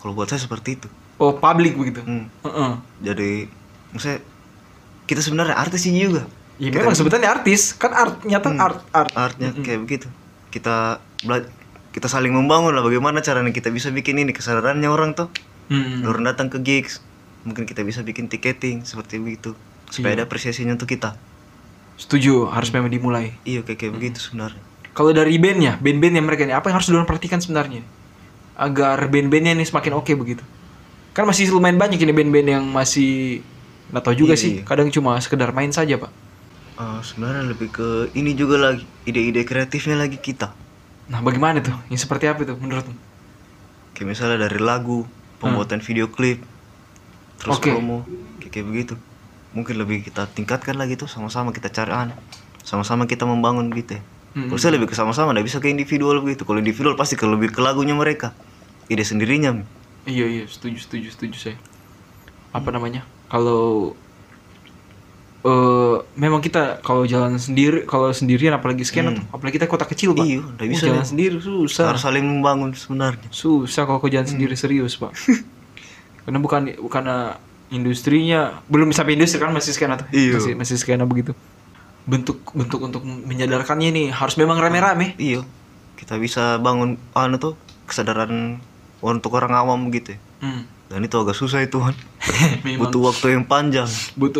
S2: kalau buat saya seperti itu
S1: oh publik begitu
S2: Hmm.
S1: Heeh.
S2: jadi maksudnya kita sebenarnya artis ini juga
S1: Ya, memang sebetulnya artis kan art nyata
S2: Hmm,
S1: art art
S2: artnya kayak begitu kita bela- kita saling membangun lah bagaimana caranya kita bisa bikin ini kesadarannya orang tuh
S1: Hmm.
S2: orang datang ke gigs mungkin kita bisa bikin tiketing seperti begitu supaya ada apresiasinya untuk kita
S1: setuju harus memang dimulai
S2: iya kayak kayak begitu sebenarnya
S1: Kalau dari bandnya, band-band yang mereka ini, apa yang harus dulu perhatikan sebenarnya? Agar band-bandnya ini semakin oke begitu. Kan masih lumayan banyak ini band-band yang masih nggak tahu juga
S2: Iya,
S1: sih.
S2: iya.
S1: Kadang cuma sekedar main saja pak.
S2: Eh, sebenarnya lebih ke ini juga lagi ide-ide kreatifnya lagi kita
S1: Nah bagaimana tuh? Yang seperti apa itu menurutmu?
S2: kayak misalnya dari lagu pembuatan video klip terus
S1: Hmm. Oke.
S2: promo kayak, kayak begitu mungkin lebih kita tingkatkan lagi tuh sama-sama kita carian sama-sama kita membangun gitu ya
S1: Mm-mm.
S2: Kalau saya lebih ke sama-sama nggak bisa ke individual begitu kalau individual pasti ke lebih ke lagunya mereka ide sendirinya Mi.
S1: Iya iya setuju setuju setuju saya. Apa namanya? Kalau eh memang kita kalau jalan sendiri kalau sendirian apalagi scan tuh, apalagi kita kota kecil pak.
S2: Iya, nggak bisa
S1: Wah, jalan
S2: nih.
S1: sendiri susah.
S2: harus saling membangun sebenarnya
S1: susah kalau kerjaan
S2: Hmm.
S1: sendiri serius pak karena bukan karena industrinya belum sampai industri kan masih skena tuh
S2: Iya.
S1: masih masih skena begitu bentuk bentuk untuk menyadarkannya ini harus memang rame-rame
S2: iya kita bisa bangun anu tuh kesadaran untuk orang awam gitu ya.
S1: hmm.
S2: dan itu agak susah itu kan
S1: memang Hmm. butuh.
S2: butuh waktu yang panjang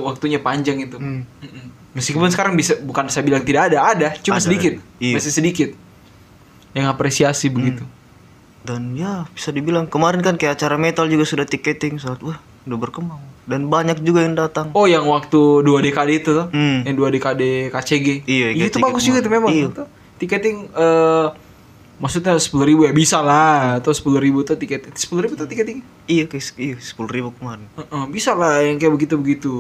S1: waktunya panjang itu
S2: Hmm.
S1: Mm-mm. meskipun sekarang bisa bukan saya bilang tidak ada ada cuma
S2: Ada,
S1: sedikit
S2: ada. Iya. Hmm.
S1: masih sedikit yang apresiasi begitu
S2: dan ya bisa dibilang kemarin kan kayak acara metal juga sudah tiketing saat wah udah berkembang dan banyak juga yang datang
S1: oh yang waktu dua dekade itu tuh
S2: Hmm.
S1: yang dua DKD KCG.
S2: Iya,
S1: itu
S2: KCG
S1: bagus juga
S2: kemarin.
S1: tuh memang.
S2: Iya.
S1: Itu Tiketing eh maksudnya sepuluh ribu ya bisa lah atau sepuluh ribu tuh tiket sepuluh ribu tuh tiketing
S2: iya kayak iya sepuluh ribu kemarin
S1: Heeh, bisa lah yang kayak begitu begitu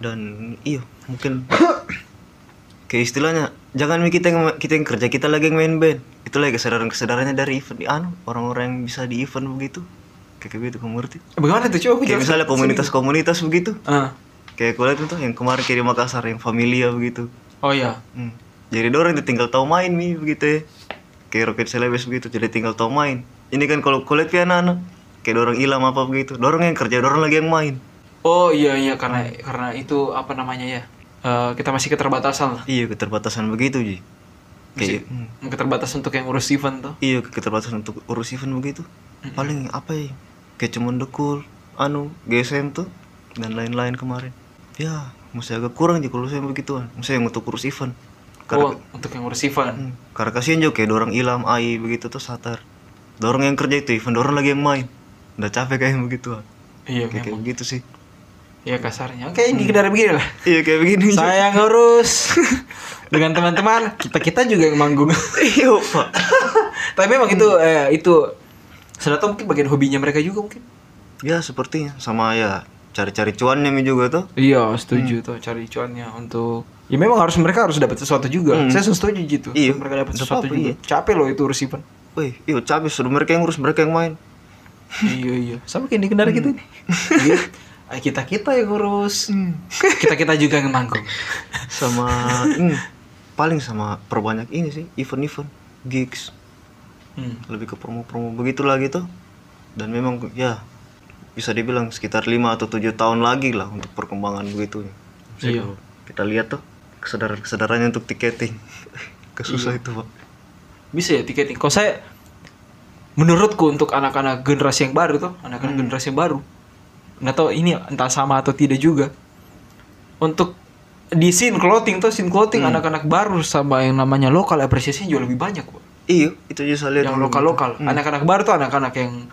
S2: dan iya mungkin kayak istilahnya jangan mi kita yang kita yang kerja kita lagi yang main band itu lagi kesadaran kesadarannya dari event di anu orang-orang yang bisa di event begitu kayak kayak gitu kamu ngerti
S1: Eh, bagaimana tuh coba aku
S2: kayak
S1: jelaskan.
S2: misalnya komunitas-komunitas begitu
S1: Ah.
S2: kayak aku lihat tuh yang kemarin kayak di Makassar yang familia begitu
S1: oh ya
S2: Hmm. Jadi dorong itu tinggal tahu main mi begitu ya. Kayak Rocket Celebes begitu, jadi tinggal tahu main. Ini kan kalau kulit piano anak kayak dorong hilang apa begitu. Dorong yang kerja, dorong lagi yang main.
S1: oh iya iya karena karena itu apa namanya ya Eh kita masih keterbatasan lah
S2: Iya, keterbatasan begitu, Ji. Kayak hmm.
S1: keterbatasan untuk yang urus event tuh
S2: iya keterbatasan untuk urus event begitu. Paling apa ya? Kayak cuman dekul, anu, GSM tuh dan lain-lain kemarin. Ya, mesti agak kurang Ji kalau saya begituan. Mesti yang untuk urus event.
S1: oh
S2: Karena
S1: untuk yang urus event
S2: Hmm, Karena kasihan juga kayak dorong ilam, ai begitu tuh satar. Dorong yang kerja itu, event dorong lagi yang main. Udah capek kayak begitu.
S1: iya
S2: Kayak kayak
S1: memang
S2: begitu sih.
S1: iya kasarnya oke ini kendara begini lah
S2: Iya kayak begini.
S1: saya yang ngurus dengan teman-teman kita kita juga yang manggung
S2: Iya, Pak.
S1: tapi memang itu eh, itu sudah mungkin bagian hobinya mereka juga mungkin
S2: Ya sepertinya sama ya cari-cari cuannya mi juga tuh.
S1: iya setuju tuh cari cuannya untuk ya memang harus mereka harus dapat sesuatu juga saya setuju gitu
S2: Iya.
S1: mereka dapat
S2: Nggak
S1: sesuatu
S2: apa-apa,
S1: juga capek loh itu urus event
S2: Wih, iya capek suruh mereka yang ngurus, mereka yang main.
S1: iya iya sama kayak di kendara kita nih Iya. kita kita yang ngurus kita kita juga yang manggung
S2: Sama hmm, paling sama perbanyak ini sih, event-event, gigs,
S1: Hmm.
S2: lebih ke promo-promo begitulah gitu. Dan memang ya bisa dibilang sekitar 5 atau tujuh tahun lagi lah untuk perkembangan begitunya.
S1: iya
S2: kita lihat tuh kesadaran-kesadarannya untuk tiketing kesusah
S1: Iya.
S2: itu pak
S1: bisa ya tiketing. Kalau saya menurutku untuk anak-anak generasi yang baru tuh, anak-anak generasi yang baru, nggak tahu ini entah sama atau tidak juga. Untuk di scene clothing tuh, scene clothing anak-anak baru sama yang namanya lokal apresiasinya jauh lebih banyak, Pak.
S2: iya itu aja saya lihat
S1: Yang
S2: dulu.
S1: lokal-lokal. Anak-anak baru tuh anak-anak yang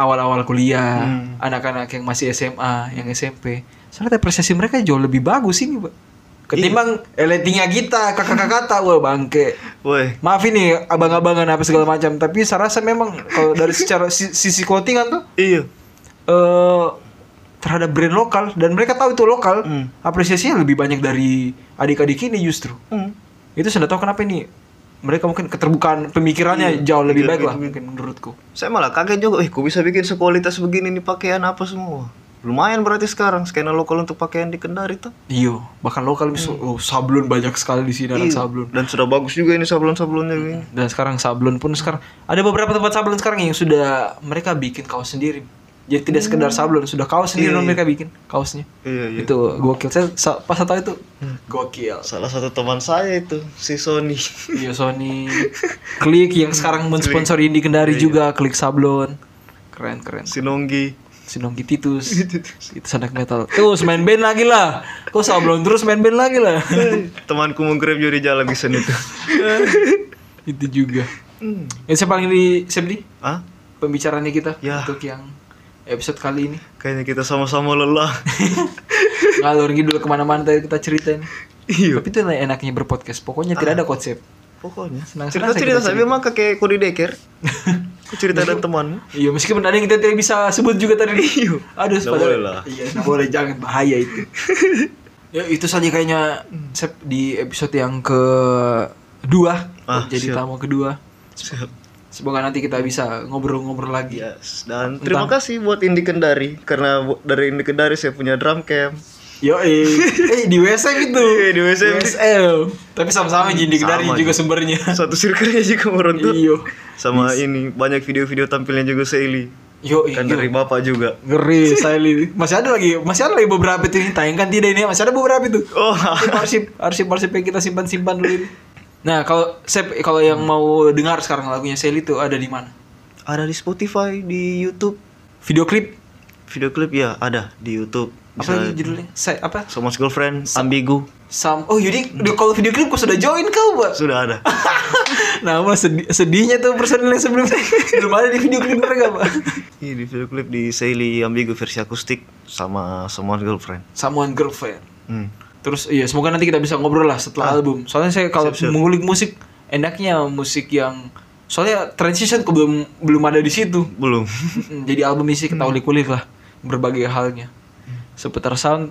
S1: awal-awal kuliah, anak-anak yang masih SMA, yang SMP. Soalnya apresiasi mereka jauh lebih bagus ini, Pak. Ketimbang elitingnya kita, kakak-kakak tak, wah bangke
S2: woi
S1: maaf ini abang-abangan apa segala macam tapi saya rasa memang kalau dari secara si- sisi clothingan tuh
S2: iya
S1: eh terhadap brand lokal dan mereka tahu itu lokal
S2: Hmm.
S1: apresiasinya lebih banyak dari adik-adik ini justru
S2: Hmm.
S1: itu sudah tahu kenapa ini mereka mungkin keterbukaan pemikirannya jauh lebih
S2: pikiran
S1: baik lah
S2: gitu-gitu.
S1: mungkin menurutku.
S2: Saya malah kaget juga, eh kok bisa bikin sekualitas begini nih pakaian apa semua. Lumayan berarti sekarang skena lokal untuk pakaian di Kendari tuh.
S1: Iya, bahkan lokal bisa oh, sablon banyak sekali di sini anak
S2: Hmm. Iya.
S1: sablon.
S2: Dan sudah bagus juga ini sablon-sablonnya gini.
S1: Dan sekarang sablon pun sekarang ada beberapa tempat sablon sekarang yang sudah mereka bikin kaos sendiri. Jadi tidak sekedar sablon, sudah kaos sendiri
S2: Hmm. Iya, iya.
S1: mereka bikin kaosnya.
S2: Iya, iya.
S1: Itu gokil. Saya sa- pas tahu itu gokil.
S2: Salah satu teman saya itu si Sony.
S1: Iya Sony. Klik yang sekarang mensponsori Indi Kendari juga, Klik Sablon. Keren keren.
S2: si Nonggi.
S1: Sinongki Titus. Titus anak metal. Terus main band lagi lah. Kok Sablon terus main band lagi lah.
S2: Temanku menggrab juga di jalan bisa itu.
S1: itu juga.
S2: Hmm.
S1: Yang saya paling di Sebdi
S2: Hah?
S1: pembicaraannya kita
S2: Ya.
S1: untuk yang episode kali ini.
S2: Kayaknya kita sama-sama lelah.
S1: Ngalur ngidul kemana-mana tadi kita ceritain.
S2: Iya.
S1: Tapi itu enaknya berpodcast. Pokoknya tidak ada konsep.
S2: Pokoknya
S1: Senang-senang
S2: cerita-cerita
S1: saya
S2: saya memang kakek kode deker. cerita dan temanmu.
S1: Iya, meskipun ada yang kita tidak bisa sebut juga tadi. Iya. Aduh,
S2: Nggak
S1: padahal-
S2: boleh lah.
S1: Iya, nggak boleh jangan bahaya itu. ya, itu saja kayaknya hmm, Sep, di episode yang ke dua
S2: Ah,
S1: jadi
S2: siap.
S1: tamu kedua.
S2: Siap.
S1: Semoga nanti kita bisa ngobrol-ngobrol lagi.
S2: Yes. Dan terima kasih buat Indi Kendari karena bu- dari Indi Kendari saya punya drum cam.
S1: Yo, eh, eh, di WSM itu.
S2: Iya, di WSM.
S1: WSM. Tapi sama-sama jadi dari
S2: Sama
S1: juga sumbernya. Iya.
S2: Satu circle-nya juga merontok.
S1: Iyo.
S2: Sama ini banyak video-video tampilnya juga Seili.
S1: Yo,
S2: Kan
S1: iyo.
S2: dari bapak juga.
S1: Ngeri saya li- Masih ada lagi, masih ada lagi beberapa itu yang tayangkan tidak ini, masih ada beberapa itu.
S2: Oh.
S1: Arsip, arsip arsip arsip yang kita simpan simpan dulu ini. Nah kalau Sep, kalau yang mau dengar sekarang lagunya Sally itu ada di mana?
S2: Ada di Spotify, di YouTube.
S1: Video klip
S2: Video klip ya ada di YouTube.
S1: apa lagi judulnya? Saya apa?
S2: Someone's Girlfriend, Ambigu.
S1: Sam. Oh Yudi, di- kalau video klip kau sudah join kau buat.
S2: Sudah ada.
S1: nah, mas sedih, sedihnya tuh personil yang sebelumnya belum ada di video klip mereka pak.
S2: Iya di video klip di Seili Ambigu versi akustik sama Someone's Girlfriend.
S1: Someone girlfriend.
S2: Hmm.
S1: Terus iya semoga nanti kita bisa ngobrol lah setelah album. Soalnya saya kalau mengulik musik enaknya musik yang soalnya transition ke belum belum ada di situ.
S2: Belum.
S1: Mm, Jadi album isi kita ulik-ulik lah berbagai halnya. Seputar sound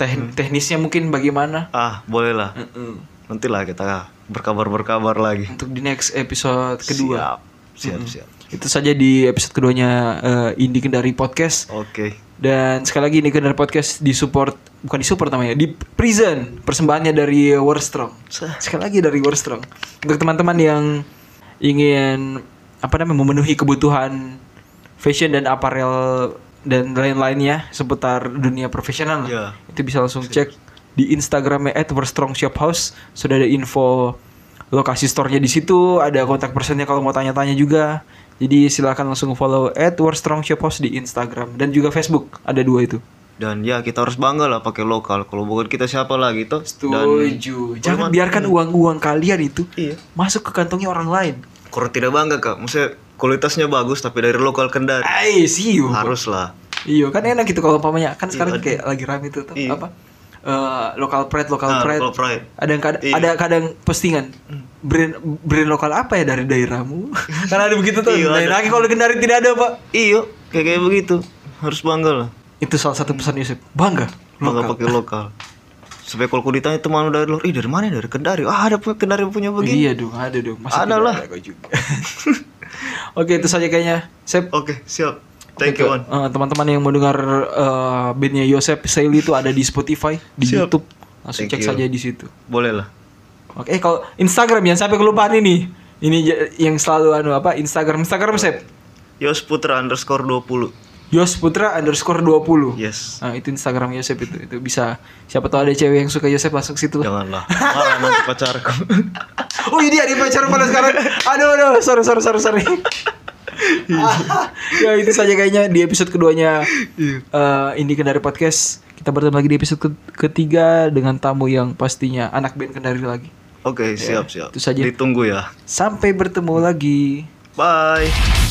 S1: teh- teknisnya mungkin bagaimana.
S2: Ah, bolehlah.
S1: Mm-mm.
S2: Nantilah kita berkabar-berkabar lagi.
S1: Untuk di next episode kedua.
S2: Siap. Siap, siap.
S1: Itu saja di episode keduanya eh, Indie Kendari Podcast.
S2: Oke.
S1: Dan sekali lagi ini Kendari Podcast disupport bukan disupport namanya, di Prison persembahannya dari Warstrong.
S2: Sah.
S1: sekali lagi dari Warstrong untuk teman-teman yang ingin apa namanya memenuhi kebutuhan fashion dan aparel dan lain-lainnya seputar dunia profesional lah.
S2: Ya.
S1: itu Iya. bisa langsung cek di Instagramnya @warstrongshophouse sudah ada info lokasi store-nya di situ ada kontak personnya kalau mau tanya-tanya juga jadi silakan langsung follow @warstrongshophouse di Instagram dan juga Facebook ada dua itu
S2: Dan ya kita harus bangga lah pakai lokal. Kalau bukan kita siapa lagi toh? Dan
S1: Setuju. Jangan biarkan uang-uang kalian itu
S2: Iya.
S1: masuk ke kantongnya orang lain.
S2: kalau tidak bangga kak, maksudnya kualitasnya bagus tapi dari lokal Kendari.
S1: Ay, Iya. see you.
S2: Haruslah.
S1: Iya, kan enak gitu kalau umpamanya Ah. kan sekarang kayak lagi rame itu tuh,
S2: Iya.
S1: apa? Eh, lokal pride, lokal
S2: Ah,
S1: pride.
S2: lokal pride.
S1: Ada yang kad-
S2: Iya.
S1: ada kadang postingan brand brand lokal apa ya dari daerahmu? Karena ada begitu tuh.
S2: Iya,
S1: Lain
S2: ada.
S1: lagi kalau kendari tidak ada, Pak.
S2: Iyo, kayak kayak Iya, begitu. Harus bangga lah.
S1: Itu salah satu pesan Yusuf. Bangga.
S2: Bangga
S1: lokal.
S2: pakai lokal. Supaya kalau aku ditanya teman lu dari luar, ih dari mana? Dari Kendari. Ah ada punya Kendari punya begini.
S1: Iya dong, ada dong. Masa
S2: Ada
S1: tidak
S2: lah.
S1: kau juga. Oke, itu saja kayaknya. Sep,
S2: Oke, siap. Thank you, Wan.
S1: Eh, teman-teman yang mau dengar eh, bandnya Yosep Saili itu ada di Spotify, di
S2: Siap.
S1: YouTube. Langsung
S2: Thank
S1: cek
S2: you.
S1: saja di situ.
S2: Boleh lah.
S1: Oke, eh, kalau Instagram jangan sampai kelupaan ini. Ini j- yang selalu anu apa Instagram Instagram Sep.
S2: Yos Putra underscore 20.
S1: Yos Putra underscore 20.
S2: Yes.
S1: Nah, itu Instagram Yosep itu. Itu bisa siapa tahu ada cewek yang suka Yosep langsung ke situ. lah.
S2: Janganlah. Marah nanti pacarku.
S1: Oh, ini ada pacar pada sekarang. Aduh, aduh, sorry, sorry, sorry, sorry. Ah, ya itu saja kayaknya di episode keduanya eh Indie Kendari Podcast. Kita bertemu lagi di episode ke- ketiga dengan tamu yang pastinya anak band Kendari lagi.
S2: Oke, siap, siap.
S1: Iya. itu saja.
S2: Ditunggu ya.
S1: Sampai bertemu lagi.
S2: Bye.